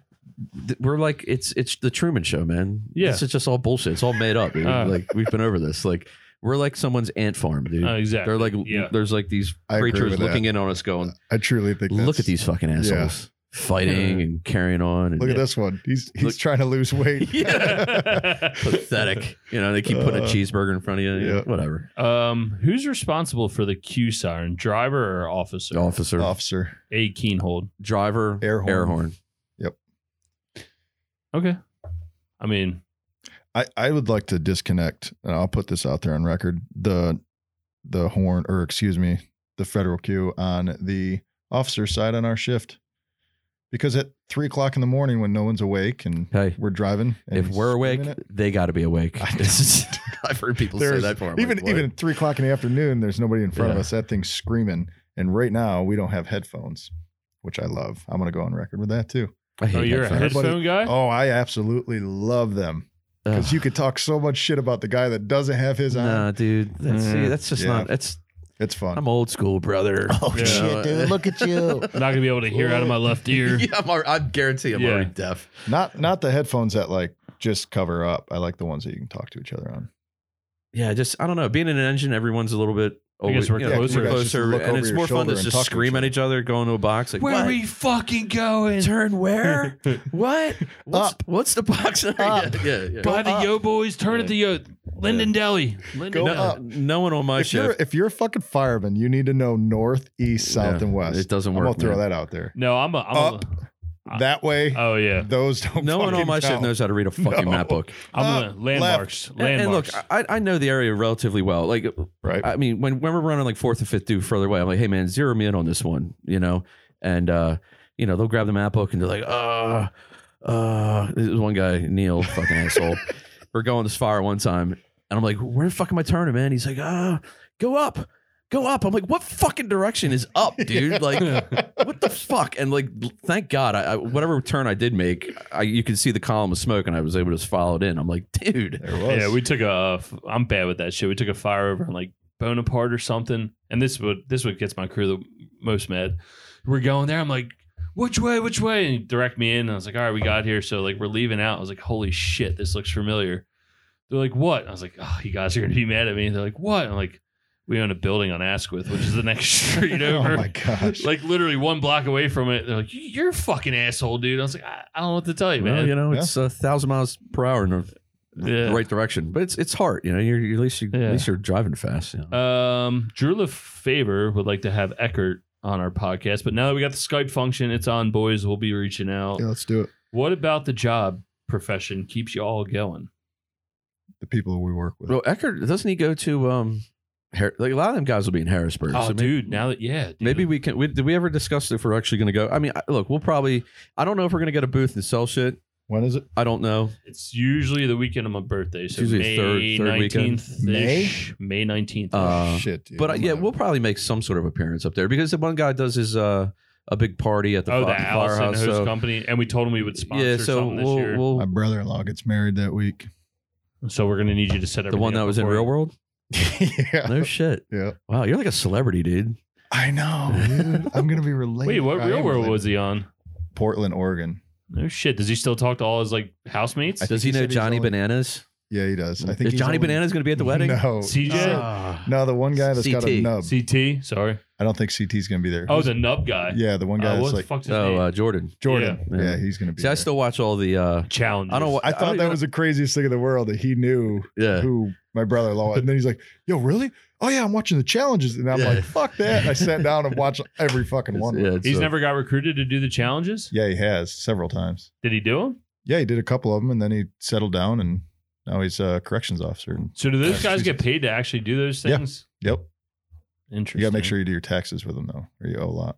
[SPEAKER 3] Th- We're like it's it's the Truman Show, man.
[SPEAKER 1] Yeah.
[SPEAKER 3] this is just all bullshit. It's all made up. dude.
[SPEAKER 1] Uh.
[SPEAKER 3] like we've been over this. Like we're like someone's ant farm, dude.
[SPEAKER 1] Oh, exactly.
[SPEAKER 3] They're like
[SPEAKER 1] yeah.
[SPEAKER 3] there's like these
[SPEAKER 2] I agree
[SPEAKER 3] creatures
[SPEAKER 2] with that.
[SPEAKER 3] looking in on us, going,
[SPEAKER 2] I truly think.
[SPEAKER 3] look
[SPEAKER 2] that's-
[SPEAKER 3] at these fucking assholes. fighting and carrying on. And
[SPEAKER 2] Look at this one. He's he's
[SPEAKER 3] Look-
[SPEAKER 2] trying to lose weight.
[SPEAKER 3] Pathetic. You know, they keep putting a
[SPEAKER 2] Uh,
[SPEAKER 3] cheeseburger in front of you.
[SPEAKER 2] yeah.
[SPEAKER 3] Whatever.
[SPEAKER 1] um, who's responsible for the Q siren, driver or officer?
[SPEAKER 3] Officer,
[SPEAKER 2] Officer.
[SPEAKER 1] A Keenhold.
[SPEAKER 3] driver,
[SPEAKER 2] Air horn.
[SPEAKER 1] Okay. I mean,
[SPEAKER 2] I, I would like to disconnect, and I'll put this out there on record. The the horn or excuse me, the federal queue on the officer side on our shift. Because at three o'clock in the morning when no one's awake and
[SPEAKER 3] Hey,
[SPEAKER 2] we're driving and
[SPEAKER 3] if we're awake,
[SPEAKER 2] screaming it,
[SPEAKER 3] they got to be awake.
[SPEAKER 2] I-
[SPEAKER 3] I've heard people say
[SPEAKER 2] There's-
[SPEAKER 3] that for
[SPEAKER 2] even even at three o'clock in the afternoon, there's nobody in front of
[SPEAKER 3] Yeah.
[SPEAKER 2] us. That thing's screaming. And right now we don't have headphones, which I love. I'm gonna go on record with that too.
[SPEAKER 3] I hate
[SPEAKER 1] oh, you're a
[SPEAKER 3] headphones.
[SPEAKER 2] headphone-
[SPEAKER 1] headphone guy?
[SPEAKER 2] Oh, I absolutely love them. Because you could talk so much shit about the guy that doesn't have his on.
[SPEAKER 3] Nah, dude. That's, see,
[SPEAKER 1] Mm.
[SPEAKER 3] that's just
[SPEAKER 2] uh, Mm-hmm. Yeah.
[SPEAKER 3] not. That's
[SPEAKER 2] It's fun.
[SPEAKER 3] I'm old school, brother. Oh
[SPEAKER 1] shit,
[SPEAKER 3] dude! Look at you.
[SPEAKER 1] I'm not going to be able to hear out of my left ear.
[SPEAKER 3] yeah, I'm, alre- I guarantee I'm
[SPEAKER 1] Yeah.
[SPEAKER 3] already deaf.
[SPEAKER 2] Not not the headphones that like just cover up. I like the ones that you can talk to each other on.
[SPEAKER 3] Yeah, just I don't know. Being in an engine, everyone's a little bit.
[SPEAKER 1] guess we're closer.
[SPEAKER 3] we're
[SPEAKER 1] Yeah,
[SPEAKER 2] just
[SPEAKER 3] closer,
[SPEAKER 2] look
[SPEAKER 3] and
[SPEAKER 2] over
[SPEAKER 3] it's
[SPEAKER 2] your
[SPEAKER 3] more fun
[SPEAKER 2] shoulder
[SPEAKER 3] to
[SPEAKER 2] and
[SPEAKER 3] just
[SPEAKER 2] talk to
[SPEAKER 3] scream
[SPEAKER 2] each
[SPEAKER 3] at each other, go into a box like what?
[SPEAKER 1] fucking going?
[SPEAKER 3] turn where? what? What's,
[SPEAKER 2] Up.
[SPEAKER 3] What's the box?
[SPEAKER 2] Up.
[SPEAKER 3] Yeah, yeah, yeah.
[SPEAKER 2] Go up.
[SPEAKER 1] boys, turn
[SPEAKER 3] Yeah.
[SPEAKER 1] the yo. Linden Deli. Linden
[SPEAKER 2] Go
[SPEAKER 3] no,
[SPEAKER 1] Deli.
[SPEAKER 2] up.
[SPEAKER 3] no one on my
[SPEAKER 2] If you're
[SPEAKER 3] shift.
[SPEAKER 2] if you're a fucking fireman, you need to know north, east, south,
[SPEAKER 3] Yeah,
[SPEAKER 2] and west.
[SPEAKER 3] It doesn't
[SPEAKER 2] I'm
[SPEAKER 3] work.
[SPEAKER 2] gonna throw
[SPEAKER 3] man.
[SPEAKER 2] that out there.
[SPEAKER 1] No, I'm a. I'm
[SPEAKER 2] Up.
[SPEAKER 1] Uh,
[SPEAKER 2] that way,
[SPEAKER 1] a oh, yeah.
[SPEAKER 2] those don't.
[SPEAKER 3] No one on
[SPEAKER 2] fucking
[SPEAKER 3] my shift
[SPEAKER 2] count.
[SPEAKER 3] knows how to read a fucking
[SPEAKER 2] No.
[SPEAKER 3] map book.
[SPEAKER 1] I'm
[SPEAKER 2] Up,
[SPEAKER 1] a landmarks.
[SPEAKER 3] And, and look,
[SPEAKER 1] Landmarks.
[SPEAKER 3] I, I know the area relatively well. Like,
[SPEAKER 2] Right.
[SPEAKER 3] I mean, when, when we're running like fourth or fifth due further away, I'm like, hey man, zero me in on this one, you know, and uh, you know they'll grab the map book and they're like, uh, uh, this is one guy, Neil, fucking asshole. We're going this far one time, and I'm like, where the fuck am I turning, man? He's like, ah, go up. Go up. I'm like, what fucking direction is up, dude? Like, what the fuck? And like, thank God, I, I whatever turn I did make, I, you could see the column of smoke, and I was able to just follow it in. I'm like, dude,
[SPEAKER 2] There was.
[SPEAKER 1] yeah, we took a. I'm bad with that shit. We took a fire over in like Bonaparte or something, and this would this what gets my crew the most mad. We're going there. I'm like, which way? Which way? And he direct me in. And I was like, all right, we got here. So like we're leaving out. I was like, holy shit, this looks familiar. They're like, what? I was like, oh, you guys are gonna be mad at me. They're like, what? I'm like, we own a building on Asquith, which is the next street over.
[SPEAKER 2] oh my gosh.
[SPEAKER 1] Like literally one block away from it, they're like, "You're a fucking asshole, dude." I was like, "I, I don't know what to tell you,
[SPEAKER 3] Well,
[SPEAKER 1] man."
[SPEAKER 3] you know,
[SPEAKER 2] Yeah.
[SPEAKER 3] it's a thousand miles per hour in the
[SPEAKER 1] Yeah.
[SPEAKER 3] the right direction, but it's it's hard. You know, you're, you're at least you,
[SPEAKER 1] Yeah.
[SPEAKER 3] at least you're driving fast. You know?
[SPEAKER 1] Um, Drew LeFavor would like to have Eckert on our podcast, but now that we got the Skype function, it's on, boys. We'll be reaching out.
[SPEAKER 2] yeah, let's do it.
[SPEAKER 1] What about the job profession keeps you all going?
[SPEAKER 2] The people we work with.
[SPEAKER 3] well, Eckert doesn't he go to um, Har- like a lot of them guys will be in Harrisburg.
[SPEAKER 1] Oh,
[SPEAKER 3] so may-
[SPEAKER 1] dude, now that yeah, dude.
[SPEAKER 3] Maybe we can. We, did we ever discuss if we're actually going to go? I mean, I- look, we'll probably. I don't know if we're going to get a booth and sell shit.
[SPEAKER 2] When is it?
[SPEAKER 3] I don't know.
[SPEAKER 1] it's usually the weekend of my birthday, so
[SPEAKER 3] It's usually
[SPEAKER 1] May
[SPEAKER 3] third- third weekend.
[SPEAKER 1] 19th -ish. May nineteenth.
[SPEAKER 3] Uh,
[SPEAKER 2] Shit, dude.
[SPEAKER 3] but uh,
[SPEAKER 2] I'm
[SPEAKER 3] yeah,
[SPEAKER 2] gonna-
[SPEAKER 3] we'll probably make some sort of appearance up there because the one guy does his uh, a big party at the,
[SPEAKER 1] oh,
[SPEAKER 3] fi-
[SPEAKER 1] the Allison
[SPEAKER 3] firehouse.
[SPEAKER 1] Host
[SPEAKER 3] So,
[SPEAKER 1] Company, and we told him we would sponsor
[SPEAKER 3] yeah, so
[SPEAKER 1] something this
[SPEAKER 3] we'll,
[SPEAKER 1] year.
[SPEAKER 2] My
[SPEAKER 3] we'll
[SPEAKER 2] brother-in-law gets married that week.
[SPEAKER 1] so we're gonna need you to set
[SPEAKER 3] the
[SPEAKER 1] everything
[SPEAKER 3] one that
[SPEAKER 1] up
[SPEAKER 3] was in
[SPEAKER 1] before-
[SPEAKER 3] Real World.
[SPEAKER 2] yeah.
[SPEAKER 3] No shit.
[SPEAKER 2] Yeah.
[SPEAKER 3] Wow, you're like a celebrity, dude.
[SPEAKER 2] I know. Dude. I'm gonna be related.
[SPEAKER 1] Wait, what
[SPEAKER 2] I
[SPEAKER 1] Real
[SPEAKER 2] am
[SPEAKER 1] World
[SPEAKER 2] related.
[SPEAKER 1] was he on?
[SPEAKER 2] Portland, Oregon.
[SPEAKER 1] No shit. Does he still talk to all his like housemates?
[SPEAKER 2] I think
[SPEAKER 3] Does he
[SPEAKER 2] he
[SPEAKER 3] know
[SPEAKER 2] said he's
[SPEAKER 3] Johnny
[SPEAKER 2] only-
[SPEAKER 3] Bananas?
[SPEAKER 2] Yeah, he does. I think
[SPEAKER 3] Is
[SPEAKER 2] he's
[SPEAKER 3] Johnny
[SPEAKER 2] only-
[SPEAKER 3] Bananas going to be at the wedding?
[SPEAKER 2] No.
[SPEAKER 1] CJ?
[SPEAKER 2] No.
[SPEAKER 3] Ah.
[SPEAKER 2] No, the one guy that's got a
[SPEAKER 3] CT.
[SPEAKER 2] nub.
[SPEAKER 1] CT, sorry.
[SPEAKER 2] I don't think CT's going to be there.
[SPEAKER 1] Oh, the nub guy.
[SPEAKER 2] yeah, the one
[SPEAKER 1] Uh,
[SPEAKER 2] guy
[SPEAKER 1] what
[SPEAKER 2] that's
[SPEAKER 1] the
[SPEAKER 2] like
[SPEAKER 1] fuck's his
[SPEAKER 3] Oh,
[SPEAKER 1] name?
[SPEAKER 3] uh, Jordan.
[SPEAKER 2] Jordan.
[SPEAKER 3] Yeah.
[SPEAKER 2] Yeah, he's going to be.
[SPEAKER 3] See, I
[SPEAKER 2] there.
[SPEAKER 3] still watch all the. uh
[SPEAKER 1] Challenge.
[SPEAKER 3] I don't. wa-
[SPEAKER 2] I
[SPEAKER 3] don't
[SPEAKER 2] thought
[SPEAKER 3] even-
[SPEAKER 2] that was the craziest thing in the world that he knew
[SPEAKER 3] Yeah.
[SPEAKER 2] who my brother-in-law, and then he's like, "Yo, really? Oh yeah, I'm watching the challenges," and I'm
[SPEAKER 3] Yeah.
[SPEAKER 2] like, "Fuck that!" And I sat down and watched every fucking one.
[SPEAKER 3] Yeah, it's,
[SPEAKER 1] He's
[SPEAKER 3] uh,
[SPEAKER 1] never got recruited to do the challenges.
[SPEAKER 2] Yeah, he has several times.
[SPEAKER 1] Did he do them?
[SPEAKER 2] Yeah, he did a couple of them, and then he settled down, and now he's a corrections officer.
[SPEAKER 1] So do those
[SPEAKER 2] Yeah,
[SPEAKER 1] guys get
[SPEAKER 2] Jesus.
[SPEAKER 1] paid to actually do those
[SPEAKER 2] Yeah.
[SPEAKER 1] things?
[SPEAKER 2] Yep,
[SPEAKER 1] Interesting.
[SPEAKER 2] you got to make sure you do your taxes with him though, or you owe a lot.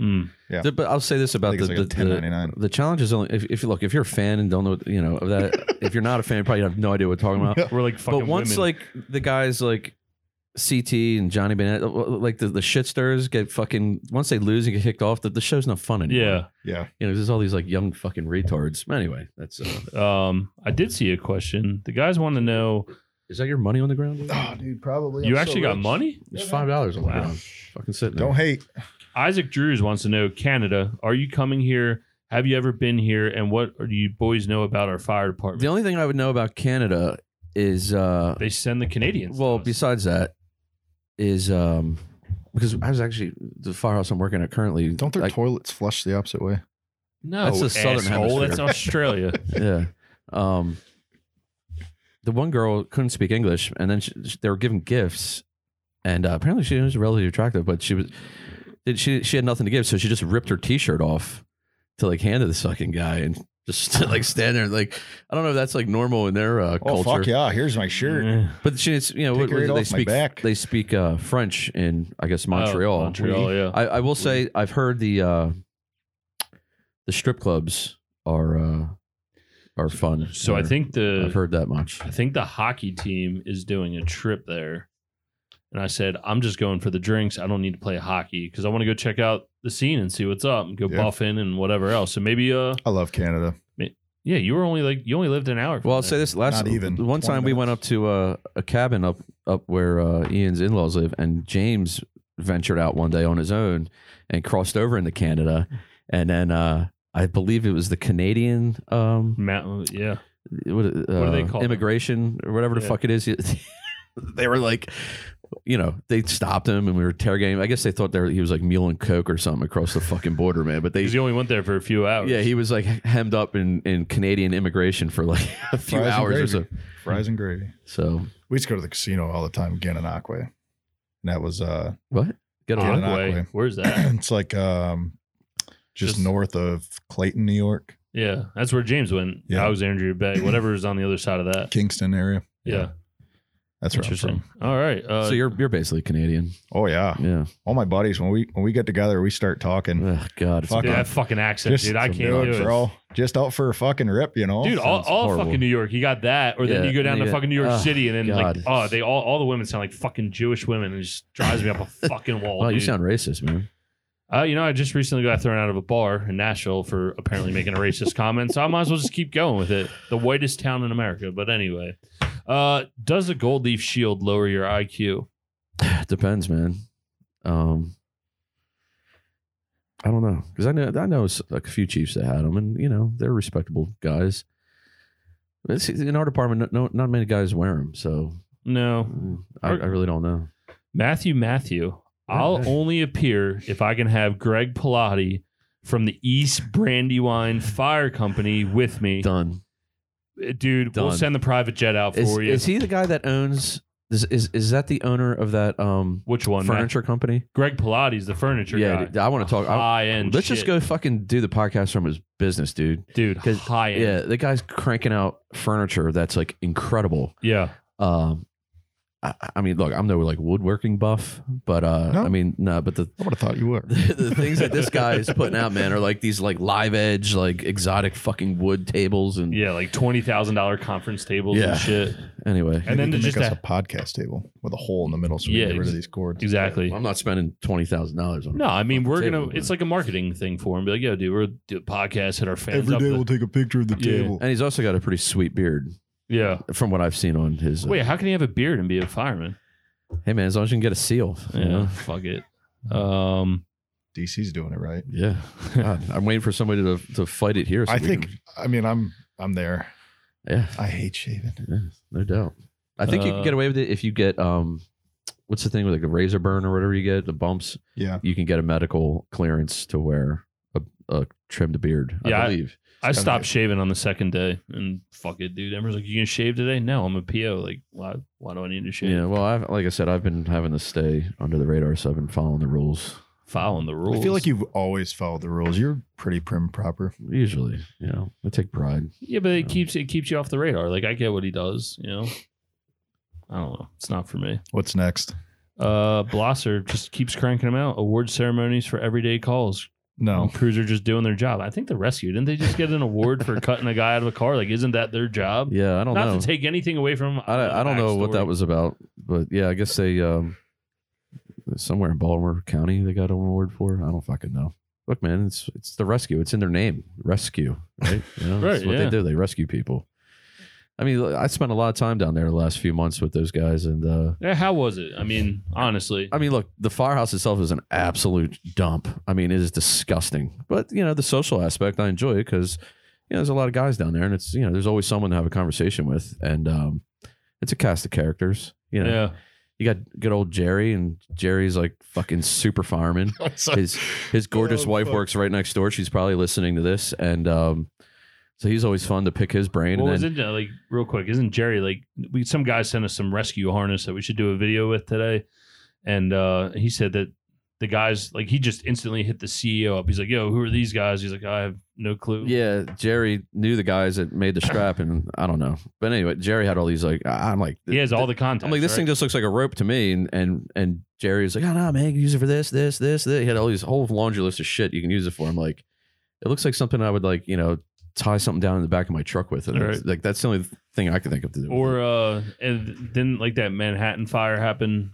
[SPEAKER 1] Mm.
[SPEAKER 3] th- But I'll say this
[SPEAKER 2] I
[SPEAKER 3] about
[SPEAKER 2] think
[SPEAKER 3] the
[SPEAKER 2] it's like a
[SPEAKER 3] the, the
[SPEAKER 2] 1099.
[SPEAKER 3] the challenge is only if, if you look if you're a fan and don't know you know of that if you're not a fan you probably have no idea what we're talking about.
[SPEAKER 1] We're like fucking.
[SPEAKER 3] but once
[SPEAKER 1] women.
[SPEAKER 3] like the guys like CT and Johnny Bananas like the, the shit stirrers get fucking once they lose and get kicked off the, the show's not fun anymore.
[SPEAKER 1] yeah.
[SPEAKER 2] yeah,
[SPEAKER 3] You know, there's all these like young fucking retards. Anyway, that's uh,
[SPEAKER 1] Um, I did see a question. The guys want to know.
[SPEAKER 3] is that your money on the ground?
[SPEAKER 2] oh, dude, probably.
[SPEAKER 1] you
[SPEAKER 2] I'm so
[SPEAKER 1] actually got
[SPEAKER 2] rich.
[SPEAKER 1] money.
[SPEAKER 3] There's five dollars on the
[SPEAKER 1] Wow.
[SPEAKER 3] ground. Fucking sitting there.
[SPEAKER 2] Don't hate.
[SPEAKER 1] Isaac Drews wants to know. Canada, are you coming here? Have you ever been here? And what do you boys know about our fire department?
[SPEAKER 3] The only thing I would know about Canada is uh
[SPEAKER 1] they send the Canadians.
[SPEAKER 3] well,
[SPEAKER 1] to us.
[SPEAKER 3] besides that is um because I was actually the firehouse I'm working at currently.
[SPEAKER 2] Don't their
[SPEAKER 3] like,
[SPEAKER 2] toilets flush the opposite way?
[SPEAKER 1] No,
[SPEAKER 3] That's the southern
[SPEAKER 1] asshole.
[SPEAKER 3] hemisphere.
[SPEAKER 1] That's Australia.
[SPEAKER 3] yeah. Um, the one girl couldn't speak English, and then she, she- they were given gifts, and uh, apparently she was relatively attractive, but she was did- she she had nothing to give, so she just ripped her T-shirt off to like hand to this fucking guy and just like stand there and, like I don't know if that's like normal in their uh,
[SPEAKER 2] Oh
[SPEAKER 3] culture.
[SPEAKER 2] fuck yeah! Here's my shirt.
[SPEAKER 1] Eh.
[SPEAKER 3] But she, it's, you know,
[SPEAKER 2] Take
[SPEAKER 3] what,
[SPEAKER 2] her
[SPEAKER 3] what
[SPEAKER 2] right
[SPEAKER 3] do they
[SPEAKER 2] off my
[SPEAKER 3] speak
[SPEAKER 2] back.
[SPEAKER 3] they speak uh, French in I guess Montreal.
[SPEAKER 1] Oh, Montreal, yeah.
[SPEAKER 3] I, I will say I've heard the uh, the strip clubs are uh, are fun.
[SPEAKER 1] so I
[SPEAKER 3] They're-
[SPEAKER 1] think the
[SPEAKER 3] I've heard that much.
[SPEAKER 1] I think the hockey team is doing a trip there. And I said, I'm just going for the drinks. I don't need to play hockey because I want to go check out the scene and see what's up and go
[SPEAKER 2] Yeah.
[SPEAKER 1] buffing and whatever else. So maybe, uh,
[SPEAKER 2] I love Canada.
[SPEAKER 1] yeah, you were only like, you only lived an hour. from
[SPEAKER 3] Well, I'll
[SPEAKER 1] there.
[SPEAKER 3] say this last
[SPEAKER 2] Not even.
[SPEAKER 3] one time
[SPEAKER 2] 20
[SPEAKER 3] we went up
[SPEAKER 2] minutes.
[SPEAKER 3] to uh, a cabin up up where uh, Ian's in laws live, and James ventured out one day on his own and crossed over into Canada, and then uh, I believe it was the Canadian um,
[SPEAKER 1] Mountain, uh, yeah.
[SPEAKER 3] what, uh,
[SPEAKER 1] do they call them?
[SPEAKER 3] immigration or whatever the
[SPEAKER 1] Yeah.
[SPEAKER 3] fuck it is. they were like, you know, they stopped him and we were interrogating. him. I guess they thought they were, he was like muling coke or something across the fucking border, man. But they,
[SPEAKER 1] Because you only went there for a few hours.
[SPEAKER 3] yeah, he was like hemmed up in, in Canadian immigration for like a few
[SPEAKER 2] Fries and
[SPEAKER 3] hours or so.
[SPEAKER 2] gravy. Fries and gravy.
[SPEAKER 3] So
[SPEAKER 2] We used to go to the casino all the time in Gananoque. And that was uh
[SPEAKER 3] what? Get
[SPEAKER 2] Yeah.
[SPEAKER 3] on.
[SPEAKER 1] Conway.
[SPEAKER 2] Conway.
[SPEAKER 1] Where's that?
[SPEAKER 2] it's like um just,
[SPEAKER 1] Just-
[SPEAKER 2] north of Clayton, New York,
[SPEAKER 1] yeah. That's where James went.
[SPEAKER 2] Yeah.
[SPEAKER 1] Alexandria Bay, whatever is on the other side of that.
[SPEAKER 2] Kingston area.
[SPEAKER 1] Yeah.
[SPEAKER 2] That's where I'm
[SPEAKER 1] Interesting.
[SPEAKER 2] from.
[SPEAKER 1] All right. Uh,
[SPEAKER 3] so you're you're basically Canadian.
[SPEAKER 2] Oh yeah.
[SPEAKER 3] Yeah.
[SPEAKER 2] All my buddies when we when we get together, we start talking.
[SPEAKER 3] Ugh, God. It's
[SPEAKER 2] Fuck
[SPEAKER 1] dude,
[SPEAKER 2] yeah.
[SPEAKER 1] that fucking accent, dude. I
[SPEAKER 3] some
[SPEAKER 1] can't do
[SPEAKER 2] out,
[SPEAKER 1] it.
[SPEAKER 2] bro. Just out for a fucking rip, you know.
[SPEAKER 1] Dude, all,
[SPEAKER 3] Sounds
[SPEAKER 1] all
[SPEAKER 3] horrible.
[SPEAKER 1] fucking New York, you got that, or then
[SPEAKER 3] Yeah,
[SPEAKER 1] you go down
[SPEAKER 3] and
[SPEAKER 1] to
[SPEAKER 3] you-
[SPEAKER 1] fucking New York
[SPEAKER 3] oh,
[SPEAKER 1] City, and then like,
[SPEAKER 3] God.
[SPEAKER 1] oh, they all all the women sound like fucking Jewish women, and it just drives me up a fucking wall.
[SPEAKER 3] Wow, you
[SPEAKER 1] dude.
[SPEAKER 3] sound racist, man.
[SPEAKER 1] uh, you know, I just recently got thrown out of a bar in Nashville for apparently making a racist comment, so I might as well just keep going with it. The whitest town in America, but anyway, uh, does a gold leaf shield lower your IQ?
[SPEAKER 3] Depends, man. Um, I don't know because I know I know s- like a few chiefs that had them, and you know they're respectable guys. But see, in our department, no, not many guys wear them, so
[SPEAKER 1] No,
[SPEAKER 3] mm, I, I really don't know.
[SPEAKER 1] Matthew, Matthew, I'll
[SPEAKER 3] Okay.
[SPEAKER 1] only appear if I can have Greg Pilati from the East Brandywine Fire Company with me.
[SPEAKER 3] Done.
[SPEAKER 1] Uh, dude, we'll
[SPEAKER 3] Done.
[SPEAKER 1] send the private jet out for
[SPEAKER 3] Is,
[SPEAKER 1] you.
[SPEAKER 3] is he the guy that owns? Is is, is that the owner of that um
[SPEAKER 1] Which one? Matt?
[SPEAKER 3] furniture company?
[SPEAKER 1] Greg Pilates, the furniture
[SPEAKER 3] yeah,
[SPEAKER 1] guy.
[SPEAKER 3] dude, I want to talk. I,
[SPEAKER 1] high end.
[SPEAKER 3] let's just go fucking do the podcast from his business, dude.
[SPEAKER 1] dude.
[SPEAKER 3] 'cause-
[SPEAKER 1] High end.
[SPEAKER 3] Yeah, the guy's cranking out furniture that's like incredible.
[SPEAKER 1] Yeah.
[SPEAKER 3] Um, I, I mean, look, I'm no like woodworking buff, but uh,
[SPEAKER 2] No.
[SPEAKER 3] I mean, no, but the
[SPEAKER 2] I would have thought you were.
[SPEAKER 3] the things that this guy is putting out, man, are like these like live edge, like exotic fucking wood tables and
[SPEAKER 1] Yeah, like twenty thousand dollar conference tables
[SPEAKER 3] Yeah.
[SPEAKER 1] and shit.
[SPEAKER 3] Anyway,
[SPEAKER 1] And then
[SPEAKER 2] Maybe
[SPEAKER 1] to
[SPEAKER 2] we can
[SPEAKER 1] just
[SPEAKER 2] make us
[SPEAKER 1] that,
[SPEAKER 2] a podcast table with a hole in the middle so we
[SPEAKER 1] Yeah,
[SPEAKER 2] can get rid
[SPEAKER 1] ex-
[SPEAKER 2] of these cords.
[SPEAKER 1] exactly.
[SPEAKER 3] I'm not spending twenty thousand dollars on.
[SPEAKER 1] No, I mean we're
[SPEAKER 3] Table,
[SPEAKER 1] gonna.
[SPEAKER 3] man.
[SPEAKER 1] It's like a marketing thing for him. Be like, yo, dude, we're do a podcast, hit our fans
[SPEAKER 2] Every
[SPEAKER 1] up.
[SPEAKER 2] day
[SPEAKER 1] with-
[SPEAKER 2] we'll take a picture of the
[SPEAKER 1] Yeah.
[SPEAKER 2] table.
[SPEAKER 3] And he's also got a pretty sweet beard,
[SPEAKER 1] yeah.
[SPEAKER 3] from what I've seen on his. uh,
[SPEAKER 1] Wait, how can he have a beard and be a fireman?
[SPEAKER 3] hey man, as long as you can get a seal. you
[SPEAKER 1] Yeah.
[SPEAKER 3] know?
[SPEAKER 1] Fuck it. Um.
[SPEAKER 2] DC's doing it right.
[SPEAKER 3] Yeah, God, I'm waiting for somebody to, to fight it here. so
[SPEAKER 2] I
[SPEAKER 3] we
[SPEAKER 2] think
[SPEAKER 3] can-
[SPEAKER 2] I mean I'm I'm there.
[SPEAKER 3] yeah,
[SPEAKER 2] I hate shaving.
[SPEAKER 3] Yeah, no doubt. I think you can
[SPEAKER 1] Uh,
[SPEAKER 3] get away with it if you get um, what's the thing with like a razor burn or whatever you get the bumps.
[SPEAKER 2] Yeah.
[SPEAKER 3] You can get a medical clearance to wear a, a trimmed beard.
[SPEAKER 1] Yeah,
[SPEAKER 3] I
[SPEAKER 1] I-
[SPEAKER 3] believe.
[SPEAKER 1] I
[SPEAKER 2] It's gotta
[SPEAKER 1] stopped
[SPEAKER 2] be-
[SPEAKER 1] shaving on the second day, and fuck it, dude. Emma's like, "You gonna shave today?" No, I'm a PO. Like, why? Why do I need to shave?
[SPEAKER 3] yeah. Well, I've like I said, I've been having to stay under the radar, so I've been following the rules
[SPEAKER 1] Following the rules.
[SPEAKER 2] I feel like you've always followed the rules. You're pretty prim proper.
[SPEAKER 3] usually. You know, I take pride.
[SPEAKER 1] Yeah, but it
[SPEAKER 3] Um,
[SPEAKER 1] keeps it keeps you off the radar. Like I get what he does, you know. I don't know. It's not for me.
[SPEAKER 2] What's next?
[SPEAKER 1] Uh Blosser just keeps cranking them out. Award ceremonies for everyday calls.
[SPEAKER 3] Oh.
[SPEAKER 2] No.
[SPEAKER 1] Crews are just doing their job. I think the rescue didn't they just get an award for cutting a guy out of a car? Like, isn't that their job?
[SPEAKER 3] Yeah, I don't
[SPEAKER 1] Not
[SPEAKER 3] know.
[SPEAKER 1] to take anything away from.
[SPEAKER 3] I don't, I don't know what
[SPEAKER 1] backstory.
[SPEAKER 3] that was about, but yeah, I guess they um, somewhere in Baltimore County they got an award for. I don't fucking know. Look, man, it's it's the rescue. It's in their name, rescue. Right? You know, that's
[SPEAKER 1] Right,
[SPEAKER 3] what
[SPEAKER 1] yeah.
[SPEAKER 3] they do. They rescue people. I mean, look, I spent a lot of time down there the last few months with those guys, and uh,
[SPEAKER 1] Yeah, how was it? I mean, honestly,
[SPEAKER 3] I mean, look, the firehouse itself is an absolute dump. I mean, it is disgusting. But you know, the social aspect, I enjoy it because you know there's a lot of guys down there, and it's you know there's always someone to have a conversation with, and um, it's a cast of characters. You know,
[SPEAKER 1] yeah,
[SPEAKER 3] you got good old Jerry, and Jerry's like fucking super fireman. His his gorgeous
[SPEAKER 2] Oh,
[SPEAKER 3] wife
[SPEAKER 2] fuck.
[SPEAKER 3] works right next door. She's probably listening to this, and um, so he's always fun to pick his brain.
[SPEAKER 1] Well,
[SPEAKER 3] and then,
[SPEAKER 1] isn't uh, like real quick? Isn't Jerry like we? Some guy sent us some rescue harness that we should do a video with today, and uh, he said that the guys like he just instantly hit the CEO up. He's like, "Yo, who are these guys?" He's like, "I have no clue."
[SPEAKER 3] yeah, Jerry knew the guys that made the strap, and I don't know. But anyway, Jerry had all these like I- I'm like
[SPEAKER 1] he has all the contacts.
[SPEAKER 3] I'm like this
[SPEAKER 1] right?
[SPEAKER 3] thing just looks like a rope to me, and and and Jerry was like, oh no, man, you can use it for this, this, this, this. He had all these whole laundry list of shit you can use it for. I'm like, it looks like something I would like, you know, tie something down in the back of my truck with, and
[SPEAKER 1] All
[SPEAKER 3] it's- like that's the only thing I can think of to do. with
[SPEAKER 1] Or
[SPEAKER 3] it.
[SPEAKER 1] uh, and didn't like that Manhattan fire happen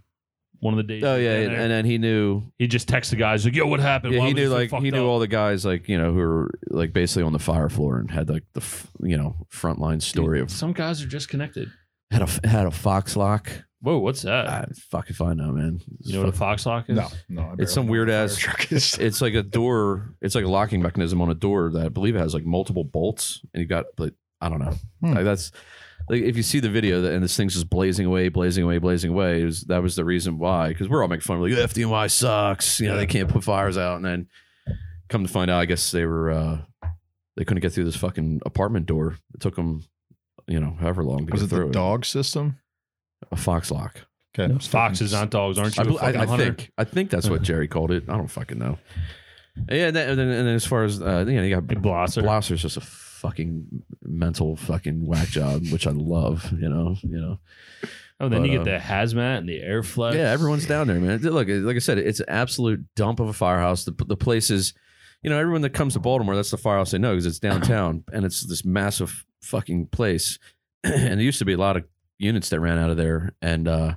[SPEAKER 1] one of the days.
[SPEAKER 3] oh
[SPEAKER 1] he
[SPEAKER 3] yeah,
[SPEAKER 1] was down
[SPEAKER 3] and,
[SPEAKER 1] there?
[SPEAKER 3] and then he knew,
[SPEAKER 1] he just texts the guys like, "Yo, what happened?"
[SPEAKER 3] yeah,
[SPEAKER 1] Why
[SPEAKER 3] he
[SPEAKER 1] was it
[SPEAKER 3] knew
[SPEAKER 1] so
[SPEAKER 3] like he
[SPEAKER 1] fucked
[SPEAKER 3] knew
[SPEAKER 1] up?"
[SPEAKER 3] all the guys like you know who were like basically on the fire floor and had like the f- you know frontline story
[SPEAKER 1] Dude,
[SPEAKER 3] of
[SPEAKER 1] some guys are just connected.
[SPEAKER 3] had a had a fox lock.
[SPEAKER 1] Whoa, what's that?
[SPEAKER 3] I, fuck if I know, man.
[SPEAKER 1] Uh, you know what a fox lock is?
[SPEAKER 2] No, no. I barely
[SPEAKER 3] It's some
[SPEAKER 2] know
[SPEAKER 3] weird
[SPEAKER 2] what a
[SPEAKER 3] ass-
[SPEAKER 2] fire truck is.
[SPEAKER 3] it's like a door. It's like a locking mechanism on a door that I believe has like multiple bolts, and you got like I don't know.
[SPEAKER 2] Hmm.
[SPEAKER 3] Like, that's like if you see the video and this thing's just blazing away, blazing away, blazing away. It was, that was the reason why because we're all making fun of like FDNY sucks. You know they can't put fires out, and then come to find out, I guess they were uh they couldn't get through this fucking apartment door. It took them, you know, however long to
[SPEAKER 2] Was
[SPEAKER 3] get
[SPEAKER 2] it
[SPEAKER 3] through
[SPEAKER 2] the dog system?
[SPEAKER 3] A fox lock.
[SPEAKER 2] Okay,
[SPEAKER 1] Foxes, not dogs, aren't you?
[SPEAKER 3] I,
[SPEAKER 1] a
[SPEAKER 3] bel- I-
[SPEAKER 1] fucking
[SPEAKER 3] I
[SPEAKER 1] hunter?
[SPEAKER 3] think I think that's what Jerry called it. I don't fucking know. Yeah, and then, and then, and then as far as uh, you know, you got
[SPEAKER 1] Hey, Blosser.
[SPEAKER 3] Blosser's just a fucking mental fucking whack job, which I love. You know, you know.
[SPEAKER 1] Oh, then
[SPEAKER 3] But,
[SPEAKER 1] you
[SPEAKER 3] uh,
[SPEAKER 1] get the hazmat and the air flex.
[SPEAKER 3] Yeah, everyone's down there, man. Look, like I said, it's an absolute dump of a firehouse. The the place is, you know, everyone that comes to Baltimore, that's the firehouse they know because it's downtown and it's this massive fucking place. and there used to be a lot of units that ran out of there, and uh,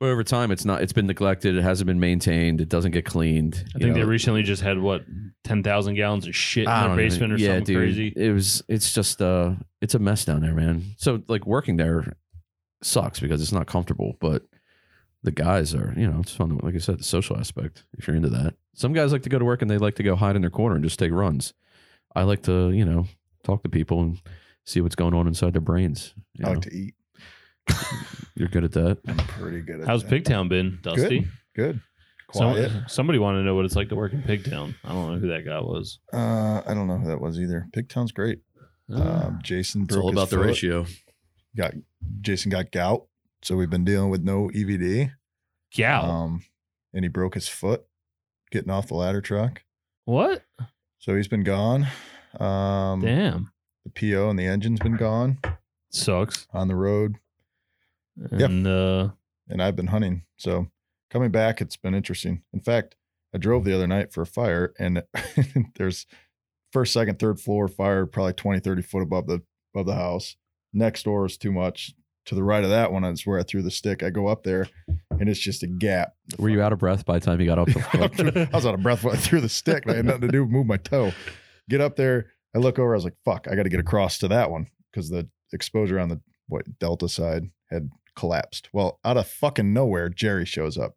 [SPEAKER 3] but over time, it's not. It's been neglected. It hasn't been maintained. It doesn't get cleaned.
[SPEAKER 1] I think they recently just had what ten thousand gallons of shit in their basement or something crazy.
[SPEAKER 3] It was. It's just. Uh, it's a mess down there, man. So like working there sucks because it's not comfortable, but. The guys are, you know, it's fun. Like I said, the social aspect. If you're into that, some guys like to go to work and they like to go hide in their corner and just take runs. I like to, you know, talk to people and see what's going on inside their brains. You
[SPEAKER 2] I
[SPEAKER 3] know?
[SPEAKER 2] like to eat.
[SPEAKER 3] You're good at that.
[SPEAKER 2] I'm pretty good at
[SPEAKER 1] How's
[SPEAKER 2] that.
[SPEAKER 1] Pigtown been, Dusty?
[SPEAKER 2] Good.
[SPEAKER 1] Some-
[SPEAKER 2] Quiet.
[SPEAKER 1] somebody wanted to know what it's like to work in Pigtown. I don't know who that guy was.
[SPEAKER 2] uh, I don't know who that was either. Pigtown's great. Um, Jason
[SPEAKER 3] Ah. Uh, It's all
[SPEAKER 2] broke his
[SPEAKER 3] about the
[SPEAKER 2] foot.
[SPEAKER 3] ratio.
[SPEAKER 2] Got Jason got gout, so we've been dealing with no EVD.
[SPEAKER 1] Gal.
[SPEAKER 2] Um, and he broke his foot getting off the ladder truck.
[SPEAKER 1] what?
[SPEAKER 2] So he's been gone. Um,
[SPEAKER 1] Damn.
[SPEAKER 2] the PO and the engine's been gone
[SPEAKER 1] Sucks.
[SPEAKER 2] on the road, Yeah.
[SPEAKER 1] And uh
[SPEAKER 2] and I've been hunting. So coming back, it's been interesting. In fact, I drove the other night for a fire, and there's first, second, third floor fire, probably 20, 30 foot above the above the house. Next door is too much. To the right of that one is where I threw the stick. I go up there, and it's just a gap.
[SPEAKER 3] Were you out of breath by the time you got up?
[SPEAKER 2] I was out of breath when I threw the stick. I had nothing to do. Move my toe. Get up there. I look over. I was like, "Fuck! I got to get across to that one because the exposure on the what delta side had collapsed." Well, out of fucking nowhere, Jerry shows up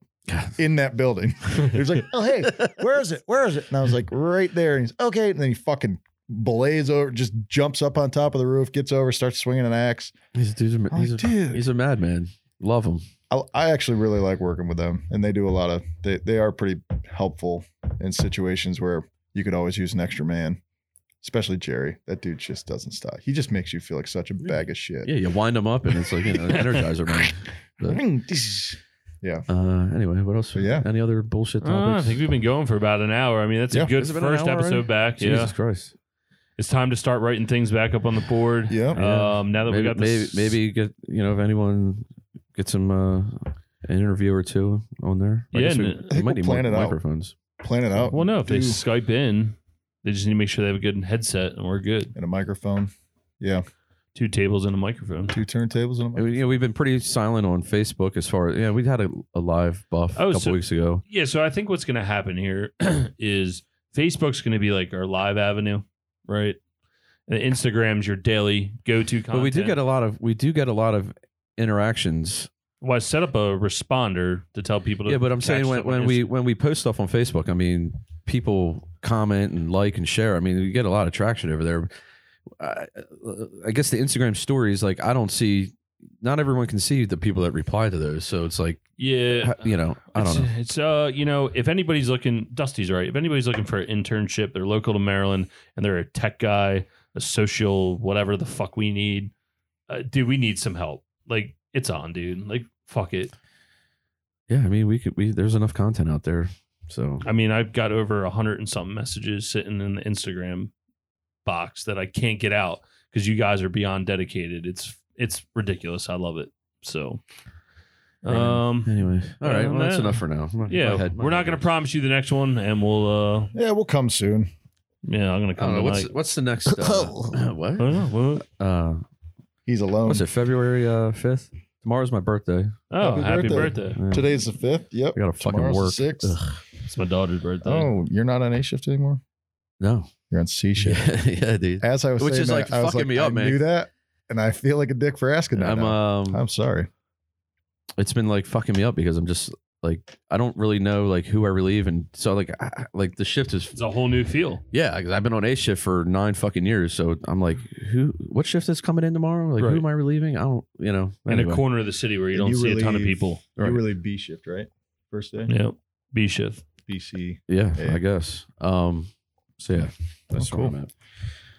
[SPEAKER 2] in that building. He was like, "Oh hey, where is it? Where is it?" And I was like, "Right there." And he's okay. And then he fucking blaze over, just jumps up on top of the roof, gets over, starts swinging an axe.
[SPEAKER 3] He's, a- he's, a,
[SPEAKER 2] I'm
[SPEAKER 3] he's,
[SPEAKER 2] like,
[SPEAKER 3] a,
[SPEAKER 2] dude,
[SPEAKER 3] he's a madman. Love him.
[SPEAKER 2] I, I actually really like working with them, and they do a lot of they they are pretty helpful in situations where you could always use an extra man. Especially Jerry, that dude just doesn't stop. He just makes you feel like such a bag of shit.
[SPEAKER 3] Yeah, you wind him up and it's like you know, energizer man. But, uh, anyway, what else?
[SPEAKER 2] So, yeah.
[SPEAKER 3] Any other bullshit
[SPEAKER 1] Uh, I don't know, Oh, I
[SPEAKER 3] topics?
[SPEAKER 1] think we've been going for about an hour. I mean, that's
[SPEAKER 2] Yeah.
[SPEAKER 1] a good
[SPEAKER 3] Has it been an
[SPEAKER 1] first
[SPEAKER 3] hour
[SPEAKER 1] episode
[SPEAKER 3] already?
[SPEAKER 1] back.
[SPEAKER 3] Jesus
[SPEAKER 1] Yeah,
[SPEAKER 3] Christ.
[SPEAKER 1] it's time to start writing things back up on the board.
[SPEAKER 2] Yep.
[SPEAKER 3] Yeah.
[SPEAKER 1] Um, now that
[SPEAKER 3] maybe,
[SPEAKER 1] we got
[SPEAKER 3] maybe,
[SPEAKER 1] this,
[SPEAKER 3] maybe you get you know if anyone gets some uh, an interview or two on there.
[SPEAKER 1] Yeah,
[SPEAKER 3] guess we,
[SPEAKER 1] and-
[SPEAKER 3] we
[SPEAKER 2] I think
[SPEAKER 3] might
[SPEAKER 2] we'll
[SPEAKER 3] need more
[SPEAKER 2] plan it out.
[SPEAKER 3] microphones.
[SPEAKER 2] Plan it out.
[SPEAKER 1] Well, no, if they
[SPEAKER 2] Do-
[SPEAKER 1] Skype in, they just need to make sure they have a good headset, and we're good.
[SPEAKER 2] and a microphone. Yeah,
[SPEAKER 1] Two tables and a microphone.
[SPEAKER 2] two turntables and a
[SPEAKER 3] I mean,
[SPEAKER 2] microphone.
[SPEAKER 3] you know, we've been pretty silent on Facebook as far as yeah, we had a, a live buff a
[SPEAKER 1] Oh,
[SPEAKER 3] couple
[SPEAKER 1] so-
[SPEAKER 3] weeks ago.
[SPEAKER 1] Yeah, so I think what's going to happen here is Facebook's going to be like our live avenue, right? And Instagram's your daily go-to content.
[SPEAKER 3] But we do get a lot of we do get a lot of interactions
[SPEAKER 1] Well, I set up a responder to tell people. To
[SPEAKER 3] yeah but i'm
[SPEAKER 1] catch
[SPEAKER 3] saying when,
[SPEAKER 1] stuff on
[SPEAKER 3] when
[SPEAKER 1] Insta-
[SPEAKER 3] we when we post stuff on facebook i mean people comment and like and share i mean you get a lot of traction over there i, I guess the instagram stories like i don't see not everyone can see the people that reply to those. So it's like,
[SPEAKER 1] Yeah.
[SPEAKER 3] ha- you know, I don't
[SPEAKER 1] it's,
[SPEAKER 3] know.
[SPEAKER 1] It's uh, you know, if anybody's looking, Dusty's right. If anybody's looking for an internship, they're local to Maryland and they're a tech guy, a social, whatever the fuck we need. Uh, dude, we need some help. Like it's on, dude. Like fuck it.
[SPEAKER 3] Yeah, I mean, we could. We there's enough content out there. So
[SPEAKER 1] I mean, I've got over a hundred and something messages sitting in the Instagram box that I can't get out because you guys are beyond dedicated. It's it's ridiculous. I love it. So, um,
[SPEAKER 3] anyway, all right.
[SPEAKER 1] uh,
[SPEAKER 3] Well, that's
[SPEAKER 1] man.
[SPEAKER 3] enough for now. My- my
[SPEAKER 1] yeah,
[SPEAKER 3] head- my
[SPEAKER 1] we're not
[SPEAKER 3] head
[SPEAKER 1] gonna
[SPEAKER 3] hurts.
[SPEAKER 1] promise you the next one, and we'll uh,
[SPEAKER 2] Yeah, we'll come soon.
[SPEAKER 1] yeah, I'm gonna
[SPEAKER 3] I
[SPEAKER 1] come.
[SPEAKER 3] don't know Uh, what's
[SPEAKER 1] tonight.
[SPEAKER 3] what's the next. Uh, what?
[SPEAKER 1] I don't know, Oh, what?
[SPEAKER 3] Uh,
[SPEAKER 2] He's alone.
[SPEAKER 3] what's it? February uh fifth. Tomorrow's my birthday.
[SPEAKER 1] Oh,
[SPEAKER 2] Happy
[SPEAKER 1] happy
[SPEAKER 2] birthday.
[SPEAKER 1] birthday.
[SPEAKER 3] Yeah.
[SPEAKER 2] Today's the fifth. Yep.
[SPEAKER 3] I gotta fucking
[SPEAKER 2] Tomorrow's the
[SPEAKER 3] work.
[SPEAKER 2] sixth.
[SPEAKER 3] Ugh,
[SPEAKER 1] It's my daughter's birthday.
[SPEAKER 2] Oh, you're not on A shift anymore.
[SPEAKER 3] no.
[SPEAKER 2] You're on C shift.
[SPEAKER 3] Yeah, yeah, dude.
[SPEAKER 2] As I was
[SPEAKER 3] Which
[SPEAKER 2] saying
[SPEAKER 3] is,
[SPEAKER 2] that,
[SPEAKER 3] like,
[SPEAKER 2] I was
[SPEAKER 3] fucking
[SPEAKER 2] like,
[SPEAKER 3] me up,
[SPEAKER 2] I
[SPEAKER 3] man.
[SPEAKER 2] Knew that, and I feel like a dick for asking that.
[SPEAKER 3] I'm
[SPEAKER 2] now.
[SPEAKER 3] um.
[SPEAKER 2] I'm sorry.
[SPEAKER 3] it's been like fucking me up because I'm just like I don't really know like who I relieve, and so like I, I- like the shift is
[SPEAKER 1] It's a whole new feel.
[SPEAKER 3] Yeah, because I've been on A shift for nine fucking years. So I'm like, who? What shift is coming in tomorrow? Like,
[SPEAKER 1] Right.
[SPEAKER 3] who am I relieving? I don't, you know.
[SPEAKER 1] In
[SPEAKER 3] anyway.
[SPEAKER 1] a corner of the city where you
[SPEAKER 2] And
[SPEAKER 1] don't
[SPEAKER 2] you
[SPEAKER 1] see a ton of
[SPEAKER 2] relieve-
[SPEAKER 1] people.
[SPEAKER 2] You
[SPEAKER 3] Right.
[SPEAKER 2] really B shift, right? First day.
[SPEAKER 1] Yep. B shift.
[SPEAKER 2] BC.
[SPEAKER 3] yeah,
[SPEAKER 2] Yeah.
[SPEAKER 3] I guess. Um, so yeah, that's
[SPEAKER 2] Oh,
[SPEAKER 3] where
[SPEAKER 2] cool.
[SPEAKER 3] I'm at.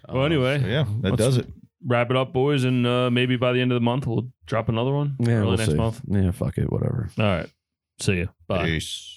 [SPEAKER 3] Um,
[SPEAKER 1] Well, anyway,
[SPEAKER 2] Yeah, that
[SPEAKER 3] What's-
[SPEAKER 2] does it.
[SPEAKER 1] wrap it up, boys, and uh, maybe by the end of the month we'll drop another one.
[SPEAKER 3] yeah,
[SPEAKER 1] early
[SPEAKER 3] we'll
[SPEAKER 1] next
[SPEAKER 3] see.
[SPEAKER 1] month.
[SPEAKER 3] Yeah, fuck it, whatever.
[SPEAKER 1] All right. See you. Bye.
[SPEAKER 2] Peace.